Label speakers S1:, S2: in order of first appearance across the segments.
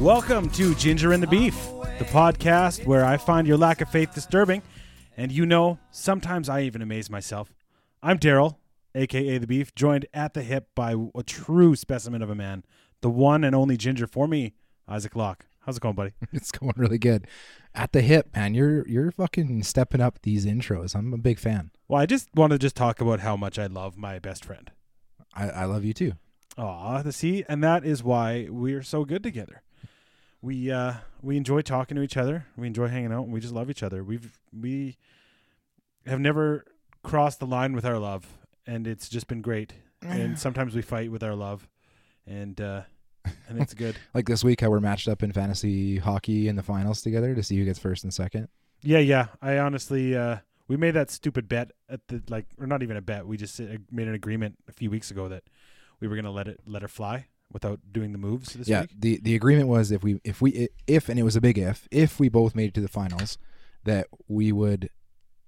S1: Welcome to Ginger and the Beef, the podcast where I find your lack of faith disturbing. And you know, sometimes I even amaze myself. I'm Daryl, aka The Beef, joined at the hip by a true specimen of a man, the one and only Ginger for me, Isaac Locke. How's it going, buddy?
S2: It's going really good. At the hip, man. You're you're fucking stepping up these intros. I'm a big fan.
S1: Well, I just want to just talk about how much I love my best friend.
S2: I, I love you too.
S1: Aw, the see, and that is why we're so good together. We uh we enjoy talking to each other. We enjoy hanging out, and we just love each other. We've we have never crossed the line with our love, and it's just been great. And sometimes we fight with our love, and uh and it's good.
S2: Like this week, how we're matched up in fantasy hockey in the finals together to see who gets first and second.
S1: yeah, yeah. I honestly uh we made that stupid bet at the like, or not even a bet. We just uh, made an agreement a few weeks ago that we were gonna let it let her fly without doing the moves this
S2: yeah.
S1: week.
S2: The the agreement was if we if we if and it was a big if if we both made it to the finals, that we would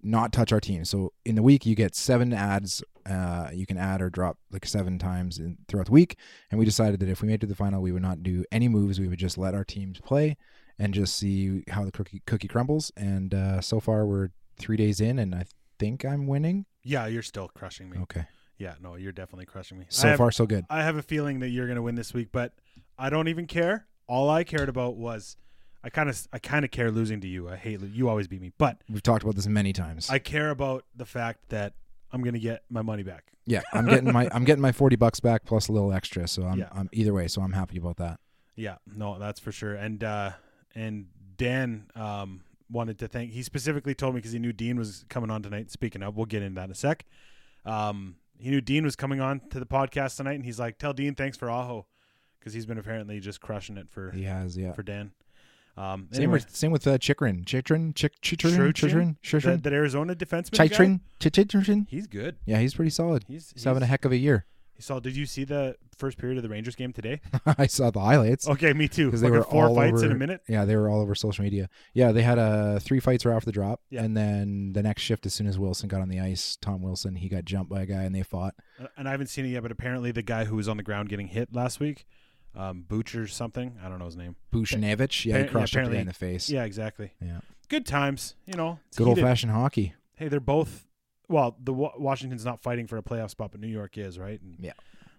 S2: not touch our team. So in the week, you get seven ads. Uh, you can add or drop like seven times in, throughout the week. And we decided that if we made it to the final, we would not do any moves. We would just let our teams play and just see how the cookie cookie crumbles. And uh, so far, we're three days in, and I think I'm winning.
S1: Yeah, you're still crushing me.
S2: Okay,
S1: Yeah, no, you're definitely crushing me. I
S2: so
S1: have,
S2: far so good.
S1: I have a feeling that you're going to win this week, but I don't even care. All I cared about was I kind of I kind of care losing to you. I hate lo- you always beat me, but
S2: We've talked about this many times.
S1: I care about the fact that I'm going to get my money back.
S2: yeah, I'm getting my I'm getting my forty bucks back plus a little extra. So I'm
S1: Yeah.
S2: I'm either way. So I'm happy about that.
S1: Yeah, no, that's for sure. And uh and Dan um wanted to thank he specifically told me cuz he knew Dean was coming on tonight speaking of. We'll get into that in a sec. Um he knew Dean was coming on to the podcast tonight and he's like tell Dean thanks for Aho cuz he's been apparently just crushing it for
S2: He has yeah.
S1: for Dan. Um,
S2: Same
S1: anyway,
S2: with same with uh, Chikrin, Chikrin, Chik Chitrin,
S1: Chikrin?
S2: Chitrin,
S1: that,
S2: Chitrin,
S1: that Arizona defenseman. guy,
S2: Chitrin, Chitrin.
S1: he's good.
S2: Yeah, he's pretty solid.
S1: He's, he's
S2: He's having a heck of a year.
S1: He saw. Did you see the first period of the Rangers game today?
S2: I saw the highlights
S1: Okay, me too.
S2: because they
S1: Oh, Fucking
S2: were
S1: four
S2: all
S1: fights
S2: over,
S1: in a minute.
S2: Yeah, they were all over social media. Yeah, they had uh, three fights right off the drop,
S1: Yeah.
S2: and then the next shift, as soon as Wilson got on the ice, Tom Wilson, he got jumped by a guy, and they fought.
S1: Uh, And I haven't seen it yet, but apparently the guy who was on the ground getting hit last week, um, Butcher something, I don't know his name.
S2: Bushnevich, yeah,
S1: Appar-
S2: he
S1: yeah,
S2: crushed the
S1: apparently-
S2: guy in the face.
S1: Yeah, exactly.
S2: Yeah.
S1: Good times, you know. it's
S2: good old
S1: heated.
S2: fashioned hockey.
S1: Hey, they're both. Well, the Wa- Washington's not fighting for a playoff spot, but New York is, right? And
S2: Yeah.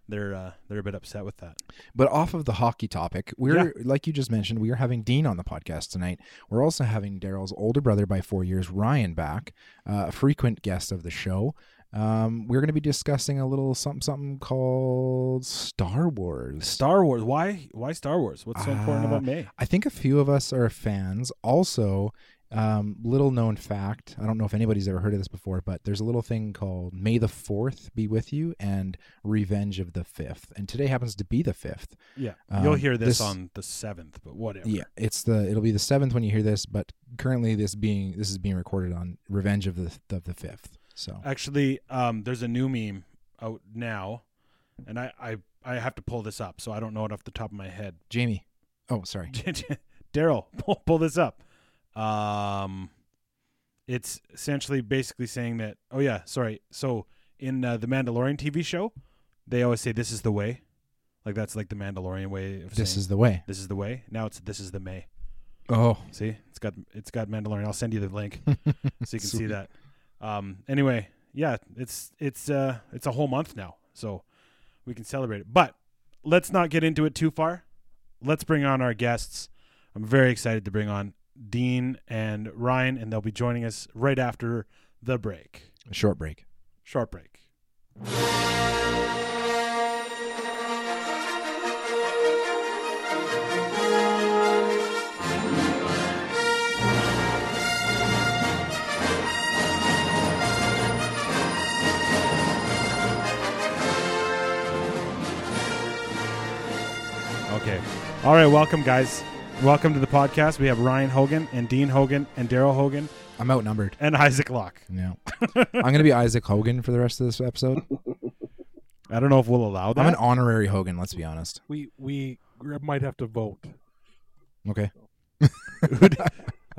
S1: They're uh, they're a bit upset with that.
S2: But off of the hockey topic, we're like you just mentioned, we are having Dean on the podcast tonight. We're also having Daryl's older brother by four years, Ryan, back, uh, a frequent guest of the show. Um, we're going to be discussing a little something something called Star Wars.
S1: Star Wars. Why why Star Wars? What's so important
S2: Ah,
S1: about May?
S2: I think a few of us are fans. Also, um, little known fact I don't know if anybody's ever heard of this before, but there's a little thing called May the 4th be with you and Revenge of the 5th. And today happens to be the 5th.
S1: Yeah, you'll
S2: Um,
S1: hear this,
S2: this-
S1: on the seventh, but whatever.
S2: Yeah, it's the it'll be the seventh when you hear this, but currently this being this is being recorded on Revenge of the of the fifth. So
S1: Actually, um, there's a new meme out now, and I, I I have to pull this up, so I don't know it off the top of my head.
S2: Jamie, oh sorry,
S1: Daryl, pull, pull this up. Um, it's essentially basically saying that. Oh yeah, sorry. So in uh, the Mandalorian TV show, they always say this is the way, like that's like the Mandalorian way of
S2: this
S1: saying
S2: is the way.
S1: this is the way. Now it's this is the May.
S2: Oh,
S1: See, it's got it's got Mandalorian. I'll send you the link so you can see
S2: Sweet.
S1: that. Um, anyway, yeah, it's it's uh it's a whole month now, so we can celebrate it. But let's not get into it too far. Let's bring on our guests. I'm very excited to bring on Dean and Ryan, and they'll be joining us right after the break.
S2: short break.
S1: Short break. Okay. All right. Welcome, guys. Welcome to the podcast. We have Ryan Hogan and Dean Hogan and Daryl Hogan
S2: I'm outnumbered.
S1: and Isaac Locke.
S2: Yeah, I'm gonna be Isaac Hogan for the rest of this episode.
S1: I don't know if we'll allow that.
S2: I'm an honorary Hogan. Let's be honest.
S3: we we r- might have to vote.
S2: Okay,
S1: I don't know.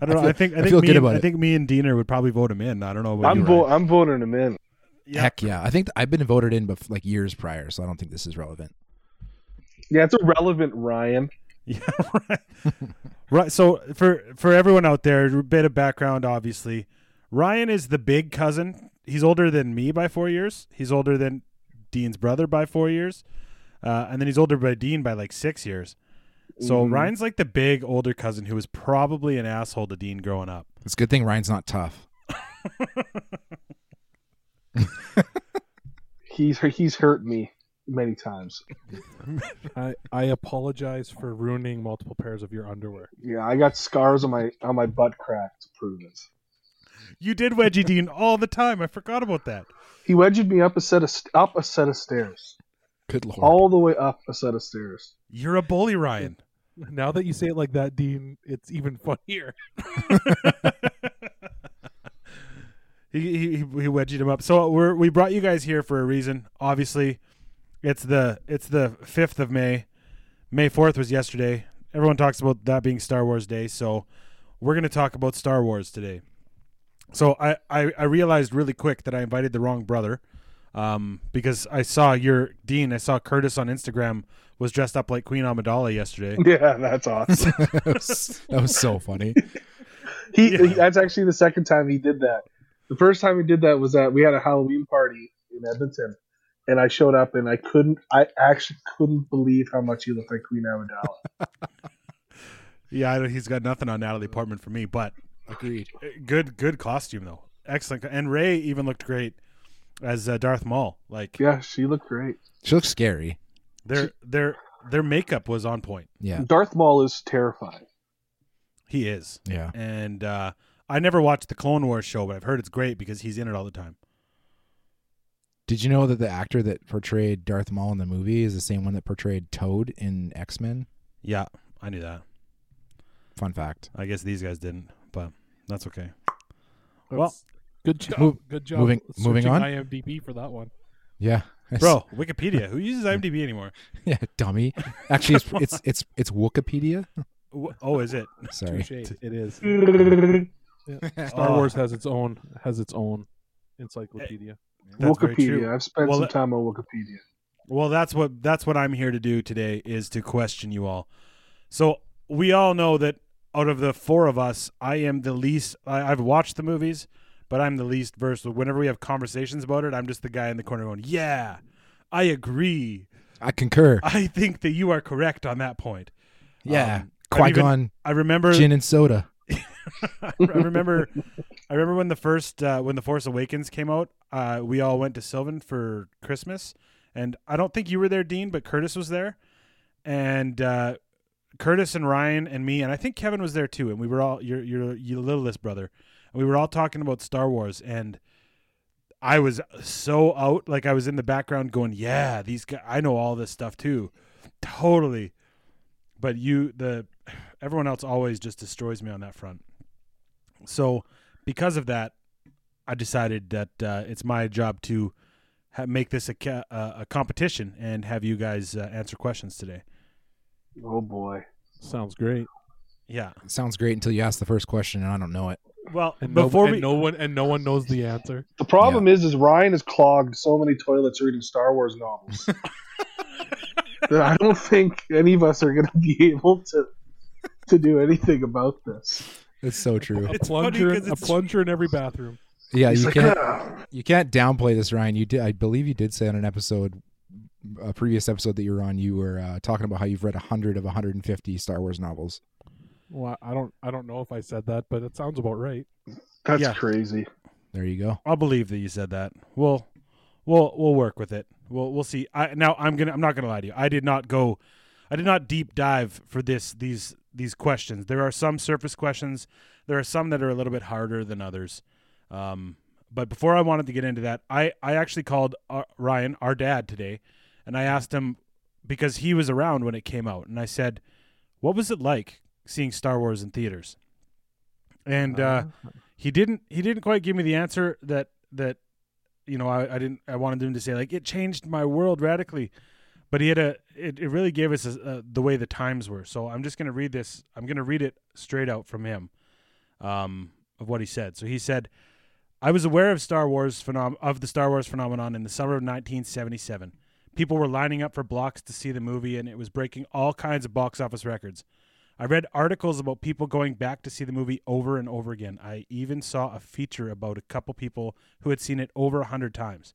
S1: I,
S2: feel-
S1: think I
S2: I
S1: think
S2: feel
S1: me
S2: good
S1: and-
S2: about
S1: I
S2: it.
S1: think me and Diener would probably vote him in. I don't know about you.
S4: I'm vo-
S1: Ryan.
S4: I'm voting him in.
S1: Yeah.
S2: heck yeah. I think th- I've been voted in, but like years prior, so I don't think this is relevant.
S4: Yeah, it's irrelevant, Ryan.
S1: Yeah, right. right. So for for everyone out there, a bit of background, obviously. Ryan is the big cousin. He's older than me by four years. He's older than Dean's brother by four years, uh, and then he's older by Dean by like six years. So
S4: Mhm.
S1: Ryan's like the big older cousin who was probably an asshole to Dean growing up.
S2: It's a good thing Ryan's not tough.
S4: He's he's hurt me many times.
S3: I, I apologize for ruining multiple pairs of your underwear.
S4: Yeah, I got scars on my on my butt crack to prove it.
S1: You did wedgie Dean all the time. I forgot about that.
S4: He wedged me up a set of st- up a set of stairs,
S2: Good lord.
S4: all the way up a set of stairs.
S1: You're a bully, Ryan.
S3: Now that you say it like that, Dean, it's even funnier.
S1: he, he he wedged him up. So we're we brought you guys here for a reason. Obviously, it's the it's the fifth of May. May fourth was yesterday. Everyone talks about that being Star Wars Day, so we're gonna talk about Star Wars today. So I I, I realized really quick that I invited the wrong brother. Um, because I saw your Dean, I saw Curtis on Instagram was dressed up like Queen Amidala yesterday.
S4: Yeah, that's awesome.
S2: that, was, that was so funny.
S4: He,
S1: Yeah.
S4: that's actually the second time he did that. The first time he did that was that we had a Halloween party in Edmonton, and I showed up and I couldn't, I actually couldn't believe how much he looked like Queen Amidala.
S1: Yeah, I, he's got nothing on Natalie Portman for me, but
S2: Agreed.
S1: good good costume though excellent co- and ray even looked great as uh, darth maul like
S4: yeah, she looked great.
S2: She looks scary.
S1: their their their makeup was on point
S2: Yeah.
S4: Darth Maul is terrifying.
S1: he is
S2: Yeah.
S1: and uh i never watched the clone wars show but i've heard it's great because he's in it all the time
S2: Did you know that the actor that portrayed Darth Maul in the movie is the same one that portrayed Toad in X Men?
S1: yeah i knew that
S2: Fun fact.
S1: i guess these guys didn't but that's okay Well,
S3: Well, good job.
S2: move-
S3: good job.
S2: moving- moving
S3: searching
S2: on?
S3: IMDb for that one.
S2: Yeah.
S1: bro wikipedia who uses imdb anymore
S2: yeah, dummy. Actually, it's it's it's it's Wikipedia.
S1: Wh- oh is it
S2: Sorry.
S3: Touche. It is. Star
S1: Oh,
S3: Wars has its own has its own encyclopedia.
S1: that's very true.
S4: Wikipedia. I've spent
S1: Well,
S4: some
S1: that-
S4: time on Wikipedia.
S1: Well, that's what that's what I'm here to do today is to question you all. So we all know that out of the four of us, I am the least. I, I've watched the movies, but I'm the least versed. Whenever we have conversations about it, I'm just the guy in the corner going, "Yeah, I agree.
S2: I concur.
S1: I think that you are correct on that point."
S2: Yeah.
S1: Uh, Um, I've
S2: Qui
S1: even-
S2: Gon
S1: I remember
S2: gin and soda.
S1: I remember, I remember when the first uh, when the Force Awakens came out, uh, we all went to Sylvan for Christmas, and I don't think you were there, Dean, but Curtis was there, and uh, Curtis and Ryan and me, and I think Kevin was there too, and we were all your your your littlest brother, and we were all talking about Star Wars, and I was so out, like I was in the background going, yeah, these guys, I know all this stuff too, totally, but you the. Everyone else always just destroys me on that front. So, because of that, I decided that uh, it's my job to ha- make this a, ca- uh, a competition and have you guys uh, answer questions today.
S4: Oh boy.
S3: Eh. Sounds great.
S1: Yeah.
S2: It sounds great until you ask the first question and I don't know it.
S1: Well,
S3: And
S1: before
S3: no, and
S1: we
S3: no one and no one knows the answer.
S4: The problem is, is Ryan has clogged so many toilets reading Star Wars novels that I don't think any of us are going to be able to to do anything about this.
S2: It's so true.
S3: A
S1: It's
S3: plunger,
S1: funny 'cause
S3: in, a
S1: it's-
S3: plunger in every bathroom.
S2: Yeah,
S4: He's
S2: you
S4: like,
S2: can't
S4: "Ah."
S2: you can't downplay this, Ryan. You did, I believe, you did say on an episode, a previous episode that you were on, you were uh, talking about how you've read hundred of 150 Star Wars novels.
S3: Well, I don't I don't know if I said that, but it sounds about right.
S4: that's
S1: Yeah.
S4: crazy.
S2: There you go.
S1: I'll believe that you said that. We'll we'll we'll work with it. We'll we'll see. I now I'm gonna I'm not gonna lie to you. I did not go I did not deep dive for this these these questions. There are some surface questions. There are some that are a little bit harder than others. Um, but before I wanted to get into that, I I actually called uh, Ryan, our dad, today, and I asked him because he was around when it came out, and I said, "What was it like seeing Star Wars in theaters?" And
S3: Uh-huh.
S1: uh, he didn't he didn't quite give me the answer that that you know I, I didn't I wanted him to say like it changed my world radically, but he had a it, it really gave us a, a, the way the times were. So I'm just gonna read this. I'm gonna read it straight out from him, um, of what he said. So he said, "I was aware of Star Wars phenom- of the Star Wars phenomenon in the summer of 1977." People were lining up for blocks to see the movie, and it was breaking all kinds of box office records. I read articles about people going back to see the movie over and over again. I even saw a feature about a couple people who had seen it over a hundred times.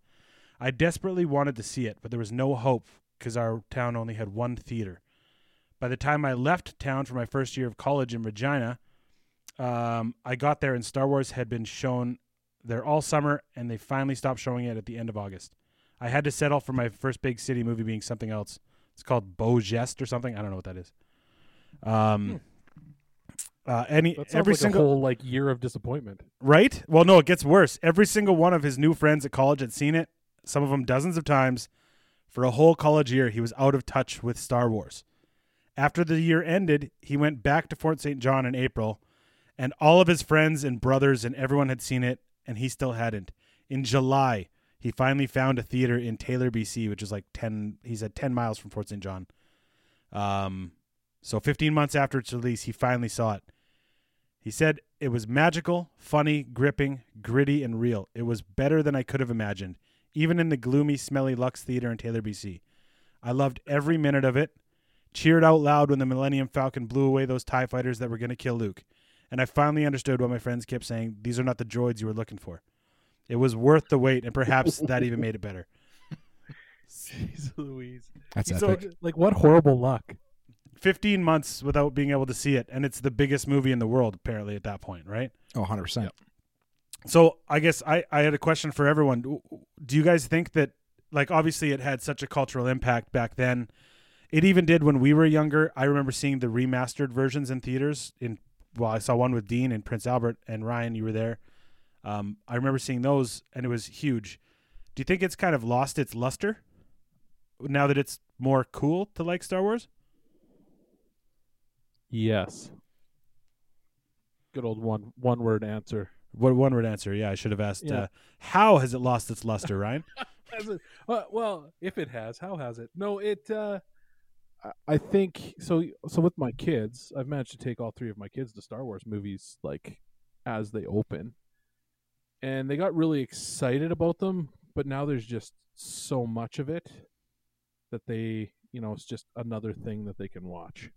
S1: I desperately wanted to see it, but there was no hope because our town only had one theater. By the time I left town for my first year of college in Regina, um, I got there and Star Wars had been shown there all summer, and they finally stopped showing it at the end of August. I had to settle for my first big city movie being something else. It's called Beau Geste or something. I don't know what that is. Um, uh, any
S3: Hmm. That sounds
S1: every
S3: like
S1: single
S3: a whole like year of disappointment.
S1: Right? Well, no, it gets worse. Every single one of his new friends at college had seen it, some of them dozens of times. For a whole college year, he was out of touch with Star Wars. After the year ended, he went back to Fort St. John in April, and all of his friends and brothers and everyone had seen it, and he still hadn't. In July, he finally found a theater in Taylor, BC, which is like 10, he said 10 miles from Fort St. John. Um, so 15 months after its release, he finally saw it. He said it was magical, funny, gripping, gritty, and real. It was better than I could have imagined, even in the gloomy, smelly Lux Theater in Taylor, BC. I loved every minute of it, cheered out loud when the Millennium Falcon blew away those TIE fighters that were going to kill Luke. And I finally understood why my friends kept saying, These are not the droids you were looking for. It was worth the wait, and perhaps that even made it better.
S3: Jeez Louise.
S2: That's
S3: so,
S2: epic.
S3: like, what horrible luck.
S1: 15 months without being able to see it, and it's the biggest movie in the world, apparently, at that point, right?
S2: Oh, 100 percent.
S1: So I guess I, I had a question for everyone. Do do you guys think that like obviously it had such a cultural impact back then? It even did when we were younger. I remember seeing the remastered versions in theaters. In well, I saw one with Dean and Prince Albert and Ryan. You were there. Um, I remember seeing those, and it was huge. Do you think it's kind of lost its luster now that it's more cool to like Star Wars?
S3: Yes. Good old one one word answer.
S1: What one word answer? Yeah, I should have asked.
S3: Yeah.
S1: Uh, how has it lost its luster, Ryan?
S3: Has it- uh, well, if it has, how has it? No, it. Uh, I- I think so. So with my kids, I've managed to take all three of my kids to Star Wars movies, like as they open, and they got really excited about them. But now there's just so much of it that they, you know, it's just another thing that they can watch.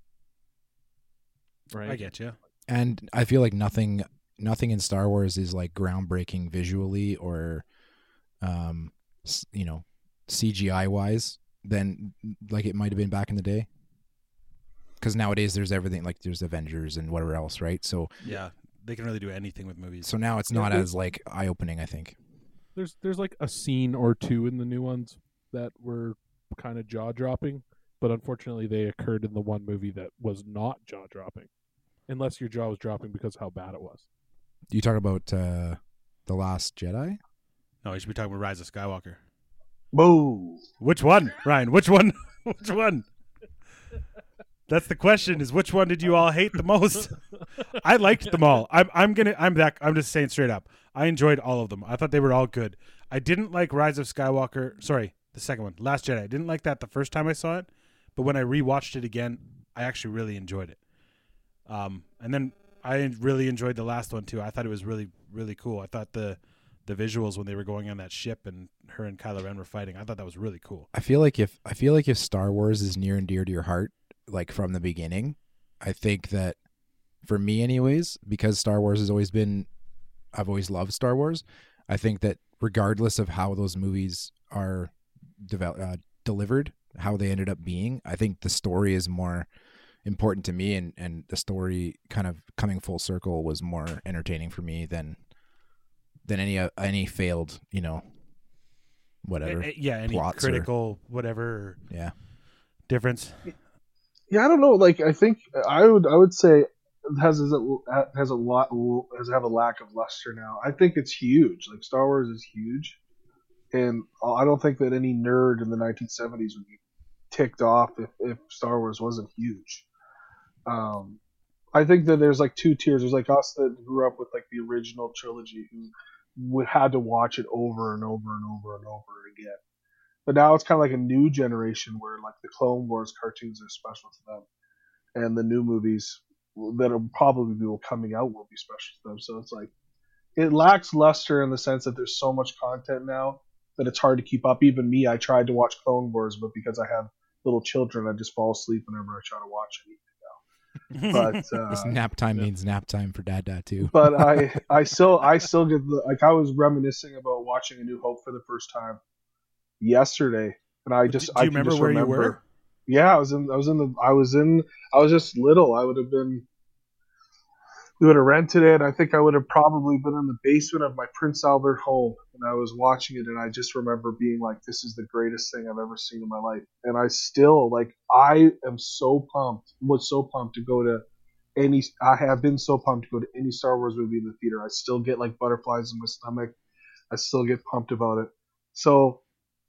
S3: Right.
S1: I get you.
S2: And I feel like nothing, nothing in Star Wars is like groundbreaking visually or, um, s- you know, CGI wise than like it might have been back in the day. Because nowadays there's everything like there's Avengers and whatever else, right? So
S1: Yeah, they can really do anything with movies.
S2: so now it's
S3: Yeah,
S2: not
S3: they-
S2: as like eye opening. I think.
S3: there's there's like a scene or two in the new ones that were kind of jaw dropping, but unfortunately they occurred in the one movie that was not jaw dropping, unless your jaw was dropping because of how bad it was.
S2: You talk about uh, the Last Jedi.
S1: No, you should be talking about Rise of Skywalker.
S4: Boo.
S1: Which one, Ryan? Which one? which one? That's the question: is which one did you all hate the most? I liked them all. I'm, I'm gonna, I'm that. I'm just saying straight up. I enjoyed all of them. I thought they were all good. I didn't like Rise of Skywalker. Sorry, the second one, Last Jedi. I didn't like that the first time I saw it, but when I rewatched it again, I actually really enjoyed it. Um, and then I really enjoyed the last one too. I thought it was really, really cool. I thought the the visuals when they were going on that ship and her and Kylo Ren were fighting. I thought that was really cool.
S2: I feel like if I feel like if Star Wars is near and dear to your heart, like from the beginning, I think that for me, anyways, because Star Wars has always been, I've always loved Star Wars. I think that regardless of how those movies are developed, uh, delivered, how they ended up being, I think the story is more important to me, and and the story kind of coming full circle was more entertaining for me than than any uh, any failed, you know, whatever.
S1: Eh, eh, yeah, any
S2: plots or-
S1: critical whatever
S2: yeah.
S1: difference.
S4: Yeah, I don't know. Like, I think I would I would say it has is a- has a lot has have a lack of luster now. I think it's huge. Like Star Wars is huge, and I don't think that any nerd in the 1970s would be ticked off if, if Star Wars wasn't huge. Um, I think that there's like two tiers. There's like us that grew up with like the original trilogy who would had to watch it over and over and over and over again. But now it's kind of like a new generation where like the Clone Wars cartoons are special to them, and the new movies that will probably be coming out will be special to them. So it's like it lacks luster in the sense that there's so much content now that it's hard to keep up. Even me, I tried to watch Clone Wars, but because I have little children, I just fall asleep whenever I try to watch it. But uh,
S2: This nap time
S3: yeah.
S2: means nap time for Dad Dad too.
S4: but I I still I still get the like I was reminiscing about watching A New Hope for the first time yesterday, and I
S1: Do-
S4: just
S1: do,
S4: I
S1: you
S4: can
S1: remember
S4: just
S1: where
S4: remember,
S1: you were?
S4: Yeah, I was in I was in the I was in I was just little. I would have been we would have rented it. I think I would have probably been in the basement of my Prince Albert home, and I was watching it, and I just remember being like, "This is the greatest thing I've ever seen in my life." And I still like I am so pumped. Was so pumped to go to any I have been so pumped to go to any Star Wars movie in the theater. I still get like butterflies in my stomach. I still get pumped about it. So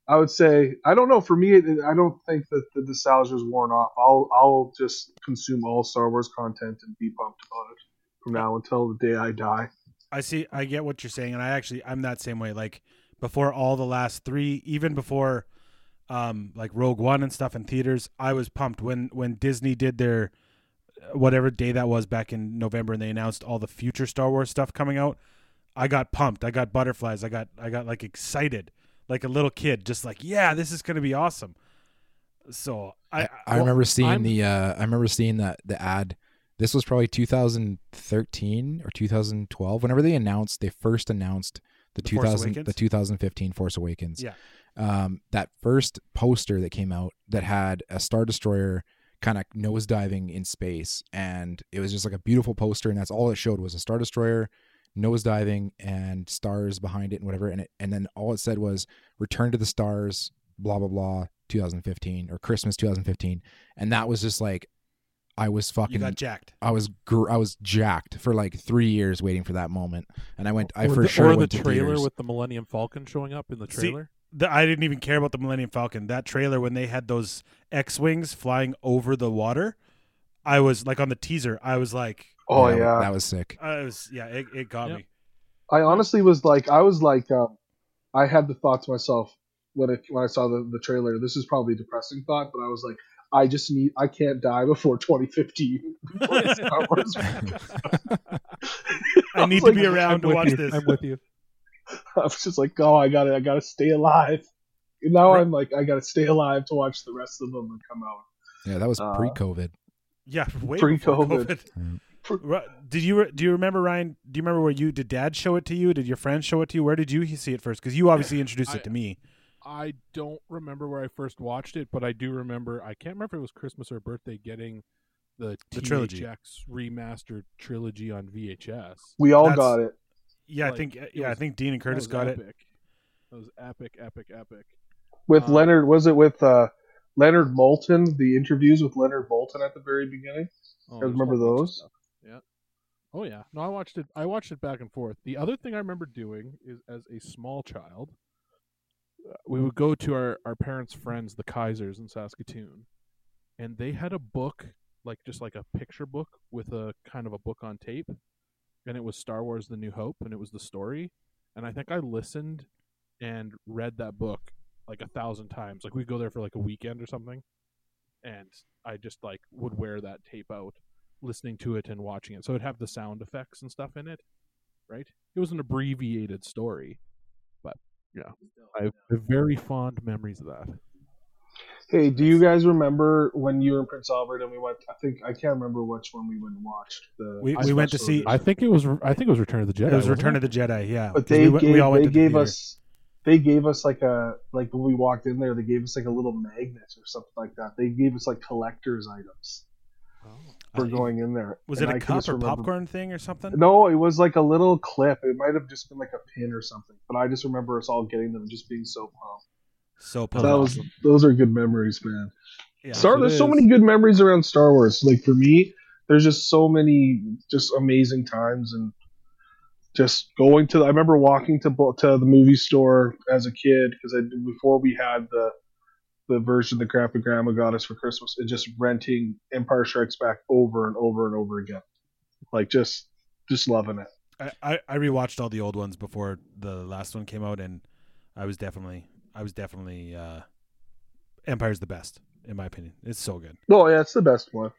S4: I would say I don't know. For me, it, I don't think that the nostalgia is worn off. I'll I'll just consume all Star Wars content and be pumped about it from now until the day I die.
S1: I see. I get what you're saying, and I actually I'm that same way. Like before all the last three, even before um like Rogue One and stuff in theaters, I was pumped when when Disney did their uh, whatever day that was back in November, and they announced all the future Star Wars stuff coming out. I got pumped. I got butterflies. I got I got like excited, like a little kid, just like yeah, this is gonna be awesome. So I
S2: I, I
S1: well,
S2: remember seeing
S3: I'm-
S2: the uh, I remember seeing that the ad. This was probably 2013 or 2012. Whenever they announced, they first announced the,
S1: The Force
S2: 2000 the
S1: Awakens?
S2: 2015 Force Awakens.
S1: Yeah.
S2: Um, that first poster that came out that had a star destroyer kind of nose diving in space, and it was just like a beautiful poster, and that's all it showed was a star destroyer nose diving and stars behind it and whatever, and it, and then all it said was "Return to the Stars," blah blah blah, 2015 or Christmas 2015, and that was just like, I was
S1: you
S2: fucking,
S1: got jacked.
S2: I was, gr- I was jacked for like three years waiting for that moment, and I went, I
S3: or
S2: for
S3: the,
S2: sure
S3: or the
S2: went to
S3: trailer
S2: theaters.
S3: with the Millennium Falcon showing up in the
S1: See,
S3: trailer.
S1: the, I didn't even care about the Millennium Falcon. That trailer when they had those X wings flying over the water, I was like on the teaser. I was like,
S4: Oh
S2: that-
S4: yeah,
S2: that was sick.
S1: I was yeah, it, it got
S3: Yep.
S1: me.
S4: I honestly was like, I was like, um, I had the thought to myself when it, when I saw the, the trailer. This is probably a depressing thought, but I was like, I just need, I can't die before 2015. Before it's Star Wars.
S1: I need
S4: was
S1: to be
S4: like,
S1: around to
S3: with
S1: watch
S3: you.
S1: this.
S3: I'm with you.
S4: I was just like, oh, I gotta, I gotta stay alive. And now
S1: Right.
S4: I'm like, I gotta stay alive to watch the rest of them that come out.
S2: Yeah, that was
S4: Uh,
S2: pre-COVID.
S1: Yeah, way
S4: Pre-COVID.
S1: pre-COVID.
S2: Mm.
S1: Did you re- do you remember Ryan? Do you remember where you did Dad show it to you? Did your friend show it to you? Where did you he- see it first? Because you obviously introduced
S3: I-
S1: it to me.
S3: I don't remember where I first watched it, but I do remember. I can't remember if it was Christmas or birthday getting the,
S1: The trilogy.
S3: THX remastered trilogy on VHS.
S4: We all
S1: That's-
S4: got it.
S1: Yeah, I
S3: Like,
S1: think
S3: it
S1: yeah, I
S3: was-
S1: think Dean and Curtis got it.
S3: That was epic, epic, epic.
S4: with
S3: Uh,
S4: Leonard. Was it with uh, Leonard Moulton? The interviews with Leonard Moulton at the very beginning.
S3: Oh,
S4: I
S3: there's
S4: remember
S3: a whole bunch of
S4: those.
S3: stuff. Yeah. Oh yeah. No, I watched it. I watched it back and forth. The other thing I remember doing is, as a small child, uh, we would go to our our parents' friends, the Kaisers in Saskatoon, and they had a book, like just like a picture book with a kind of a book on tape, and it was Star Wars: The New Hope, and it was the story, and I think I listened and read that book like a thousand times. Like we go there for like a weekend or something, and I just like would wear that tape out, listening to it and watching it. So it'd have the sound effects and stuff in it, right? It was an abbreviated story, but yeah, I have very fond memories of that.
S4: Hey, do you guys remember when you were in Prince Albert and we went? I think I can't remember which one we went and watched. The
S1: We-
S4: the
S1: we went to
S4: special
S1: see-
S4: edition.
S3: I think it was. I think it was Return of the Jedi.
S1: It was
S3: wasn't
S1: Return of the Jedi. Yeah,
S4: but
S1: 'Cause
S4: they
S1: we,
S4: gave,
S1: went- we all went
S4: they
S1: to the
S4: gave
S1: theater.
S4: us they gave us like a like when we walked in there they gave us like a little magnet or something like that. They gave us like collectors items for
S1: Oh. I-
S4: going in there.
S1: Was
S4: And
S1: it a
S4: I can
S1: cup
S4: just
S1: or
S4: remember-
S1: popcorn thing or something?
S4: No, it was like a little clip. It might have just been like a pin or something. But I just remember us all getting them, and just being so pumped.
S1: So
S4: that was those are good memories, man.
S1: yeah.
S4: Star,
S3: it
S4: there's so
S3: is.
S4: many good memories around Star Wars. Like for me, there's just so many just amazing times and just going to. I remember walking to Bo- to the movie store as a kid because I before we had the the version that Grandpa and Grandma got us for Christmas and just renting Empire Strikes Back over and over and over again, like just just loving it.
S1: I, I I rewatched all the old ones before the last one came out, and I was definitely I was definitely uh, Empire's the best in my opinion. It's so good.
S4: Oh yeah, it's the best one.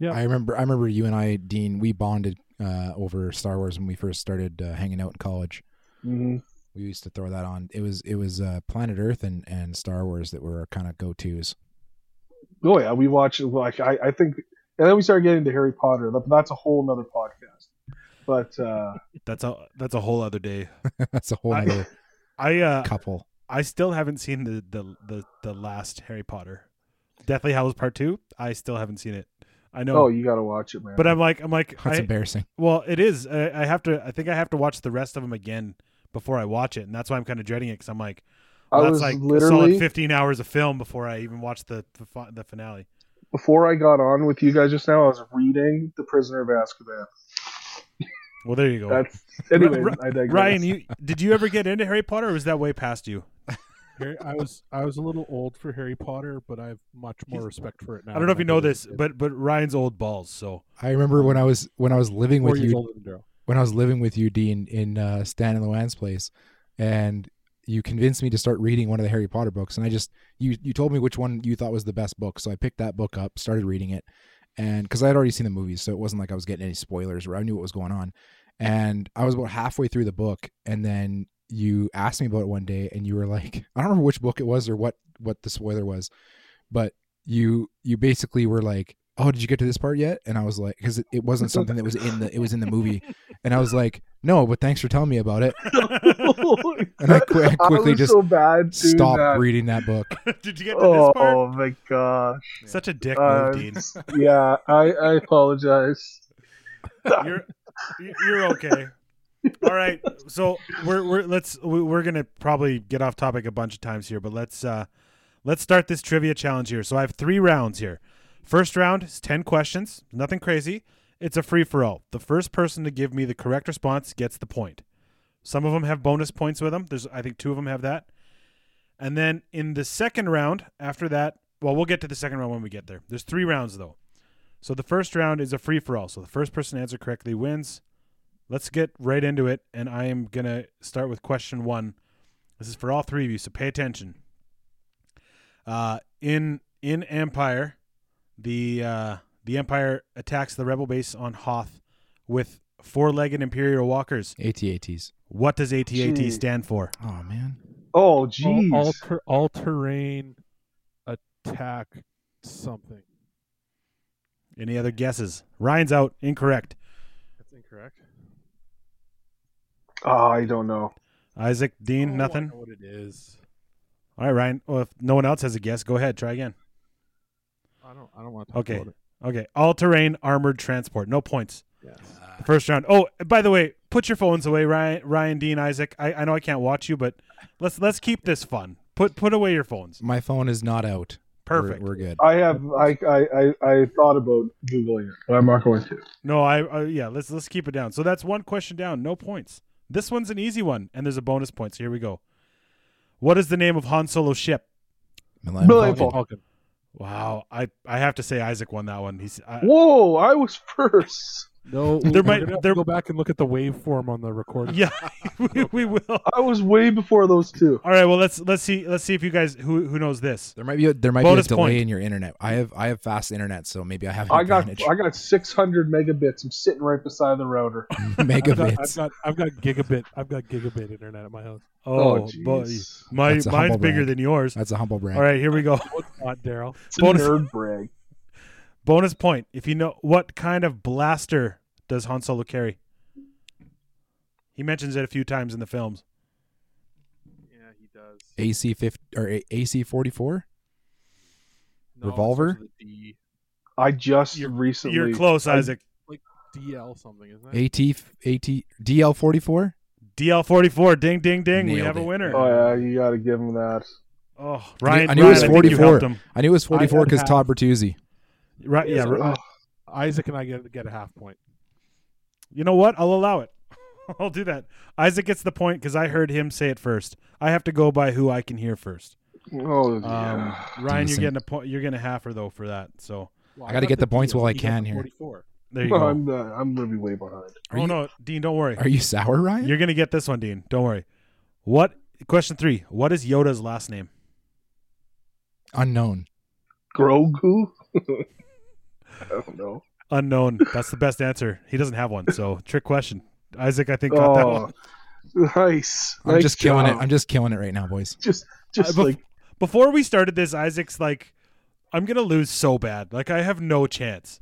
S3: Yeah.
S2: I remember. I remember you and I, Dean. We bonded uh, over Star Wars when we first started uh, hanging out in college.
S4: hmm
S2: we used to throw that on. It was it was uh, Planet Earth and and Star Wars that were our kind of go tos.
S4: Oh yeah, we watch like I, I think, and then we started getting to Harry Potter. but That's a whole nother podcast. But uh,
S1: That's a that's a whole other day.
S2: That's a whole
S1: I-
S2: other
S1: I uh
S2: couple.
S1: I still haven't seen the the the, the last Harry Potter, Deathly Hallows Part Two. I still haven't seen it. I know,
S4: oh, you gotta watch it, man.
S1: but I'm like I'm like
S2: That's
S1: I,
S2: embarrassing.
S1: well, it is. I, I have to. I think I have to watch the rest of them again before I watch it, and that's why I'm kind of dreading it because I'm like well,
S4: I
S1: that's
S4: was
S1: like a solid
S4: literally
S1: 15 hours of film before I even watch the the, fi- the finale.
S4: before I got on with you guys just now, I was reading The Prisoner of Azkaban.
S1: Well, there you go.
S4: That's anyway.
S1: Oh. Ri-
S4: I digress.
S1: Ryan, you did you ever get into Harry Potter, or was that way past you?
S3: Harry- I was I was a little old for Harry Potter, but I have much more
S1: He's-
S3: respect for it now.
S1: I don't know if you know this, but but Ryan's old balls. So
S2: I remember when I was when I was living
S3: four
S2: with
S3: years
S2: you
S3: older than Daryl.
S2: when I was living with you, Dean, in uh, Stan and Luann's place, and you convinced me to start reading one of the Harry Potter books, and I just you you told me which one you thought was the best book, so I picked that book up, started reading it, and because I had already seen the movies, so it wasn't like I was getting any spoilers or I knew what was going on, and I was about halfway through the book, and then you asked me about it one day, and you were like, I don't remember which book it was or what what the spoiler was, but you you basically were like. Oh, did you get to this part yet? And I was like, because it, it wasn't something that was in the it was in the movie, and I was like, "No, but thanks for telling me about it." And I, qui- I quickly
S4: was
S2: just
S4: so bad. doing
S2: stopped
S4: that.
S2: reading that book.
S1: did you get to
S4: Oh,
S1: this part?
S4: my gosh!
S1: Such a dick
S4: Uh,
S1: move, Dean.
S4: Yeah, I, I apologize.
S1: you're you're okay. All right, so we're we're let's we- we're gonna probably get off topic a bunch of times here, but let's uh let's start this trivia challenge here. So I have three rounds here. First round is ten questions, nothing crazy. It's a free for all. The first person to give me the correct response gets the point. Some of them have bonus points with them. There's I think two of them have that. And then in the second round, after that, well, we'll get to the second round when we get there. There's three rounds though. So the first round is a free for all. So the first person to answer correctly wins. Let's get right into it, and I am gonna start with question one. This is for all three of you, so pay attention. Uh, in in Empire, the uh, the Empire attacks the rebel base on Hoth with four-legged Imperial walkers.
S2: ATATs.
S1: What does ATAT
S4: Gee.
S1: stand for?
S2: Oh man,
S4: Oh, jeez.
S3: All, all, ter- all terrain attack something.
S1: Any other guesses? Ryan's out. Incorrect.
S3: That's incorrect.
S4: Oh, I don't know.
S1: Isaac, Dean,
S3: Oh, I
S1: nothing.
S3: know what it is?
S1: All right, Ryan. Well, if no one else has a guess, go ahead. Try again.
S3: I don't. I don't want to talk
S1: Okay.
S3: about it.
S1: Okay, all-terrain armored transport. No points.
S3: Yes.
S1: First round. Oh, by the way, put your phones away, Ryan, Ryan, Dean, Isaac. I, I know I can't watch you, but let's let's keep this fun. Put put away your phones.
S2: my phone is not out. We're-
S1: Perfect.
S2: We're, good.
S4: I have I, I I I thought about googling it, but I'm not going to.
S1: No, I uh, yeah. Let's let's keep it down. So that's one question down. No points. This one's an easy one, and there's a bonus point. So here we go. What is the name of Han Solo's ship?
S2: Millennium
S4: Millennium
S2: Falcon.
S3: Falcon.
S1: Wow, I I have to say Isaac won that one. He's I,
S4: Whoa! I was first.
S3: No,
S1: There might-
S3: we're gonna have
S1: there-
S3: to go back and look at the waveform on the recording.
S1: yeah. we, we will. All
S4: I was way before those two.
S1: right. Well, let's let's see let's see if you guys who who knows this.
S2: There might be a, there might
S1: Bonus
S2: be a delay
S1: point.
S2: in your internet. I have I have fast internet, so maybe I have an
S4: I got
S2: advantage.
S4: I got 600 megabits. I'm sitting right beside the router.
S3: I've got, I've
S2: megabits.
S3: got I've got gigabit I've got gigabit internet at my house.
S1: Oh, boy.
S4: jeez.
S1: my
S2: That's
S1: mine's
S2: a humble
S1: bigger
S2: brag.
S1: than yours.
S2: That's a humble brag.
S1: All right, here we go.
S3: What's not Daryl?
S4: It's a
S1: Bonus-
S4: nerd brag.
S1: Bonus point if you know what kind of blaster does Han Solo carry. He mentions it a few times in the films.
S3: Yeah, he does.
S2: AC fifty or A- AC forty four. Revolver?
S3: D,
S4: I just
S1: You're-
S4: recently.
S1: You're close,
S4: I-
S1: Isaac.
S3: DL something, isn't it?
S2: AT AT DL forty four.
S1: DL44, ding, ding, ding. we
S2: Nailed
S1: have a
S2: it.
S1: winner.
S4: Oh yeah, you got to give him that.
S1: Oh, Ryan,
S2: I knew it was
S1: Ryan, I think you
S2: 44.
S1: helped him.
S2: I knew it was forty four
S3: had
S2: because
S3: half.
S2: Todd Bertuzzi.
S1: Right, yeah,
S4: Oh,
S3: Isaac and I get get a half point.
S1: You know what? I'll allow it. I'll do that. Isaac gets the point because I heard him say it first. I have to go by who I can hear first.
S4: oh,
S1: Um,
S4: yeah.
S1: Ryan,
S2: Decent.
S1: you're getting a point. You're getting a halfer though for that. So
S3: Well,
S2: I gotta
S3: got
S2: get the points
S3: DL,
S2: while I
S3: he got
S2: can
S3: the
S2: here.
S3: 44.
S1: there you
S4: No,
S1: go.
S4: I'm uh, I'm gonna be way behind.
S2: Are
S1: oh
S2: you-
S1: no, Dean, don't worry.
S2: Are you sour, Ryan?
S1: You're gonna get this one, Dean. Don't worry. What question three? What is Yoda's last name?
S2: Unknown.
S4: Grogu. I don't know.
S1: Unknown. That's the best answer. He doesn't have one, so trick question. Isaac, I think got that
S4: Oh,
S1: one.
S4: Nice.
S2: I'm
S4: Nice
S2: just killing it.
S4: job.
S2: I'm just killing it right now, boys.
S4: just just
S1: bef-
S4: like
S1: Before we started this, Isaac's like, "I'm gonna lose so bad. Like I have no chance."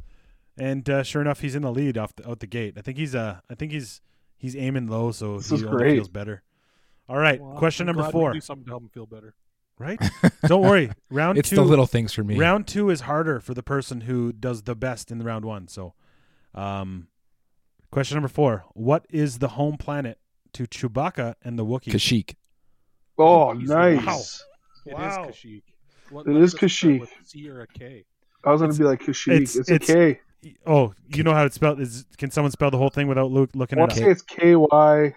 S1: And uh, sure enough, he's in the lead off the, out the gate. I think he's uh, I think he's he's aiming low, so
S4: This
S1: he
S4: is
S1: only
S4: great.
S1: feels better. All right,
S3: Well,
S1: question
S3: I'm
S1: number
S3: glad we
S1: four.
S3: Do something to help him feel better.
S1: Right? Don't worry. Round
S2: It's
S1: two.
S2: the little things for me.
S1: Round two is harder for the person who does the best in the round one. So, um, question number four: What is the home planet to Chewbacca and the Wookiees?
S2: Kashyyyk.
S4: oh
S3: He's
S4: nice.
S3: It is
S1: Wow.
S3: Kashyyyk. What
S4: It
S3: letter
S4: is
S3: does start
S4: Kashyyyk.
S3: with C or a K.
S4: I was gonna
S1: It's-
S4: be like Kashyyyk.
S1: it's-
S4: It's,
S1: it's-
S4: a K.
S1: Oh, you know how it's spelled? Is can someone spell the whole thing without Luke
S4: I
S1: looking
S4: want
S1: it
S4: to
S1: up?
S4: say it's K Y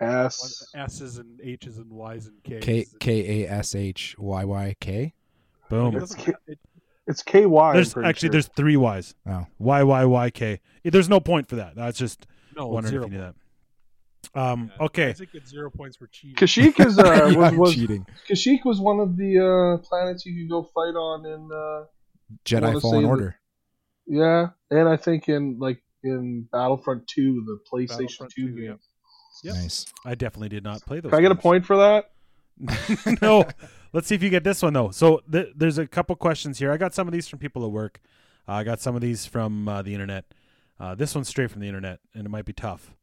S4: S.
S3: S's and H's and Y's and K's.
S2: K K A S H Y Y K.
S3: It
S1: Boom.
S3: doesn't-
S4: K-
S3: it-
S4: It's K Y.
S1: There's actually there's three Y's.
S2: Oh.
S1: Y Y Y K. There's no point for that. That's just
S3: no, it's
S1: wondering
S3: Oh, zero.
S1: if you knew that. Um.
S3: Yeah,
S1: Okay.
S3: Isaac gets zero points for cheating.
S4: Kashyyyk is uh,
S2: Yeah,
S4: was,
S2: I'm
S4: was
S2: cheating.
S4: Kashyyyk was one of the uh, planets you could go fight on in uh, wanna
S2: Jedi
S4: say
S2: Fallen
S4: that-
S2: Order.
S4: yeah, and I think in like in Battlefront Two, the PlayStation
S3: Battlefront
S4: Two
S3: 2,
S4: game.
S3: yep. Yep.
S2: Nice.
S1: I definitely did not play those.
S4: Can I get a
S1: games.
S4: point for that?
S1: no. Let's see if you get this one though. So th- there's a couple questions here. I got some of these from people at work. Uh, I got some of these from uh, the internet. Uh, this one's straight from the internet, and it might be tough.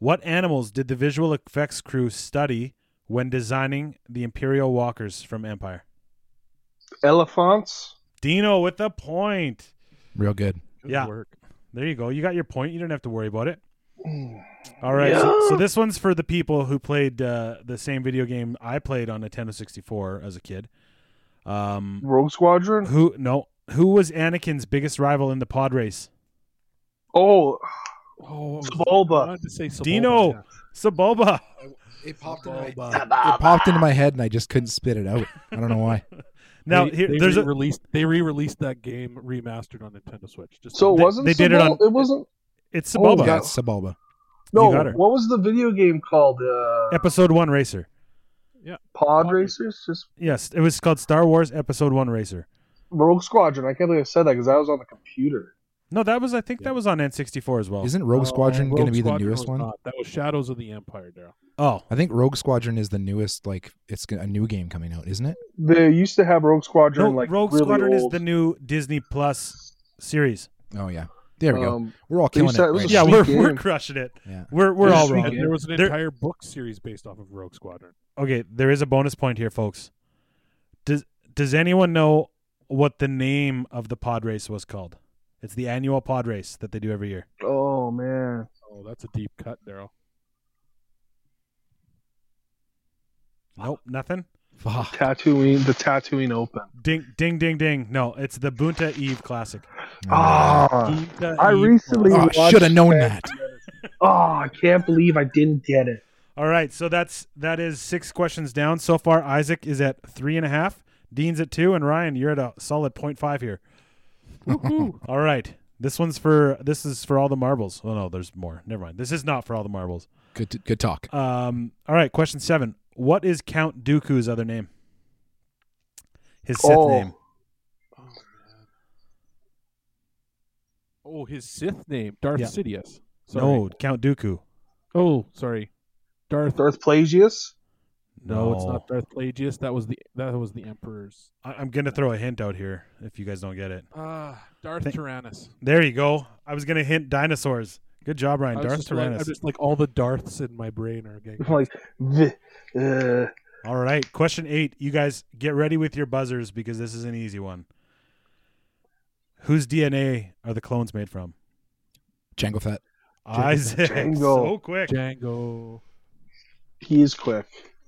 S1: What animals did the visual effects crew study when designing the Imperial walkers from Empire?
S4: Elephants.
S1: Dino with the point.
S2: Real good.
S3: Good
S1: Yeah.
S3: work.
S1: There you go. You got your point. You didn't have to worry about it.
S4: Mm.
S1: All right. So,
S4: Yeah.
S1: so this one's for the people who played uh, the same video game I played on Nintendo 64 as a kid. Um,
S4: Rogue Squadron.
S1: Who no? Who was Anakin's biggest rival in the pod race?
S4: Oh,
S3: Oh, what was it? I
S4: Sebulba.
S3: wanted to say Sebulba,
S1: Dino.
S3: yeah.
S1: Saboba.
S2: It
S3: Sebulba.
S2: it popped into my head and I just couldn't spit it out. I don't know why.
S1: Now
S3: they,
S1: here,
S3: they
S1: there's a
S3: re-released. They re-released that game remastered on Nintendo Switch. Just
S4: So it
S1: They-
S4: wasn't.
S1: they did it
S4: Sebul-
S1: on-
S4: It wasn't.
S1: it's
S4: Oh,
S1: Saboba.
S2: Yeah,
S4: yeah.
S2: it's Sebulba.
S4: No.
S1: got her.
S4: What was the video game called? Uh,
S1: Episode one racer.
S4: Pod
S3: Pod
S4: Racers. Just
S1: Yes, it was called Star Wars Episode One Racer.
S4: Rogue Squadron. I can't believe I said that because I was on the computer.
S1: No, that was I think that was on N64 as well.
S2: Isn't Rogue
S3: Oh,
S2: Squadron going to
S3: Rogue
S2: be the
S3: Squadron
S2: newest
S3: was
S2: one?
S3: not. That was Shadows of the Empire, Daryl.
S1: oh,
S2: I think Rogue Squadron is the newest. Like it's a new game coming out, isn't it?
S4: They used to have Rogue Squadron
S1: no,
S4: like
S1: Rogue
S4: really
S1: Squadron is
S4: old.
S1: the new Disney Plus series.
S2: Oh yeah. There we go.
S4: Um,
S2: We're all
S4: they
S2: killing
S4: used to-
S2: it.
S4: it was
S2: right
S4: a
S1: Yeah,
S2: now.
S4: sweet
S1: we're
S4: game.
S1: we're crushing it.
S2: Yeah.
S1: We're we're
S4: It's a
S1: all
S4: sweet
S1: wrong.
S4: game.
S3: There was an
S1: There-
S3: entire book series based off of Rogue Squadron.
S1: Okay, there is a bonus point here, folks. Does Does anyone know what the name of the pod race was called? It's the annual pod race that they do every year.
S4: Oh man.
S3: Oh, that's a deep cut, Daryl.
S1: Nope, nothing.
S2: Fuck.
S4: Tatooine. The Tatooine Open.
S1: Ding, ding, ding, ding. No, it's the Bunta Eve Classic.
S4: Ah.
S1: Bunta
S4: I
S1: Eve
S4: recently
S1: Classic.
S2: Oh,
S4: watched
S2: shoulda known that.
S4: Oh, I can't believe I didn't get it.
S1: All right, so that's that is six questions down so far. Isaac is at three and a half. Dean's at two, and Ryan, you're at a solid point five here.
S3: Woohoo!
S1: All right, this one's for this is for all the marbles. Oh no, there's more. Never mind. This is not for all the marbles.
S2: Good. Good talk.
S1: Um. All right, question seven. What is Count Dooku's other name? His Sith
S4: oh,
S1: name.
S3: Oh, man. Oh, his Sith name, Darth
S1: Yeah.
S3: Sidious. Sorry.
S1: No, Count Dooku.
S3: Oh, sorry. Darth.
S4: Darth Plagueis.
S3: No, it's not Darth Plagueis. That was the that was the Emperor's.
S1: I- I'm gonna throw a hint out here if you guys don't get it.
S3: Ah, Darth
S1: Thank-
S3: Tyrannus.
S1: There you go. I was gonna hint dinosaurs. Good job,
S3: I
S1: Ryan.
S3: was
S1: Darth
S3: just like- I'm
S1: Tyrannus.
S3: just like all the Darths in my brain are getting.
S4: I'm like, "Bleh, uh,
S1: All right, question eight. You guys get ready with your buzzers because this is an easy one. Whose DNA are the clones made from?
S2: Jango Fett.
S1: Isaac.
S4: Jango.
S1: So quick.
S3: Django.
S4: he is quick.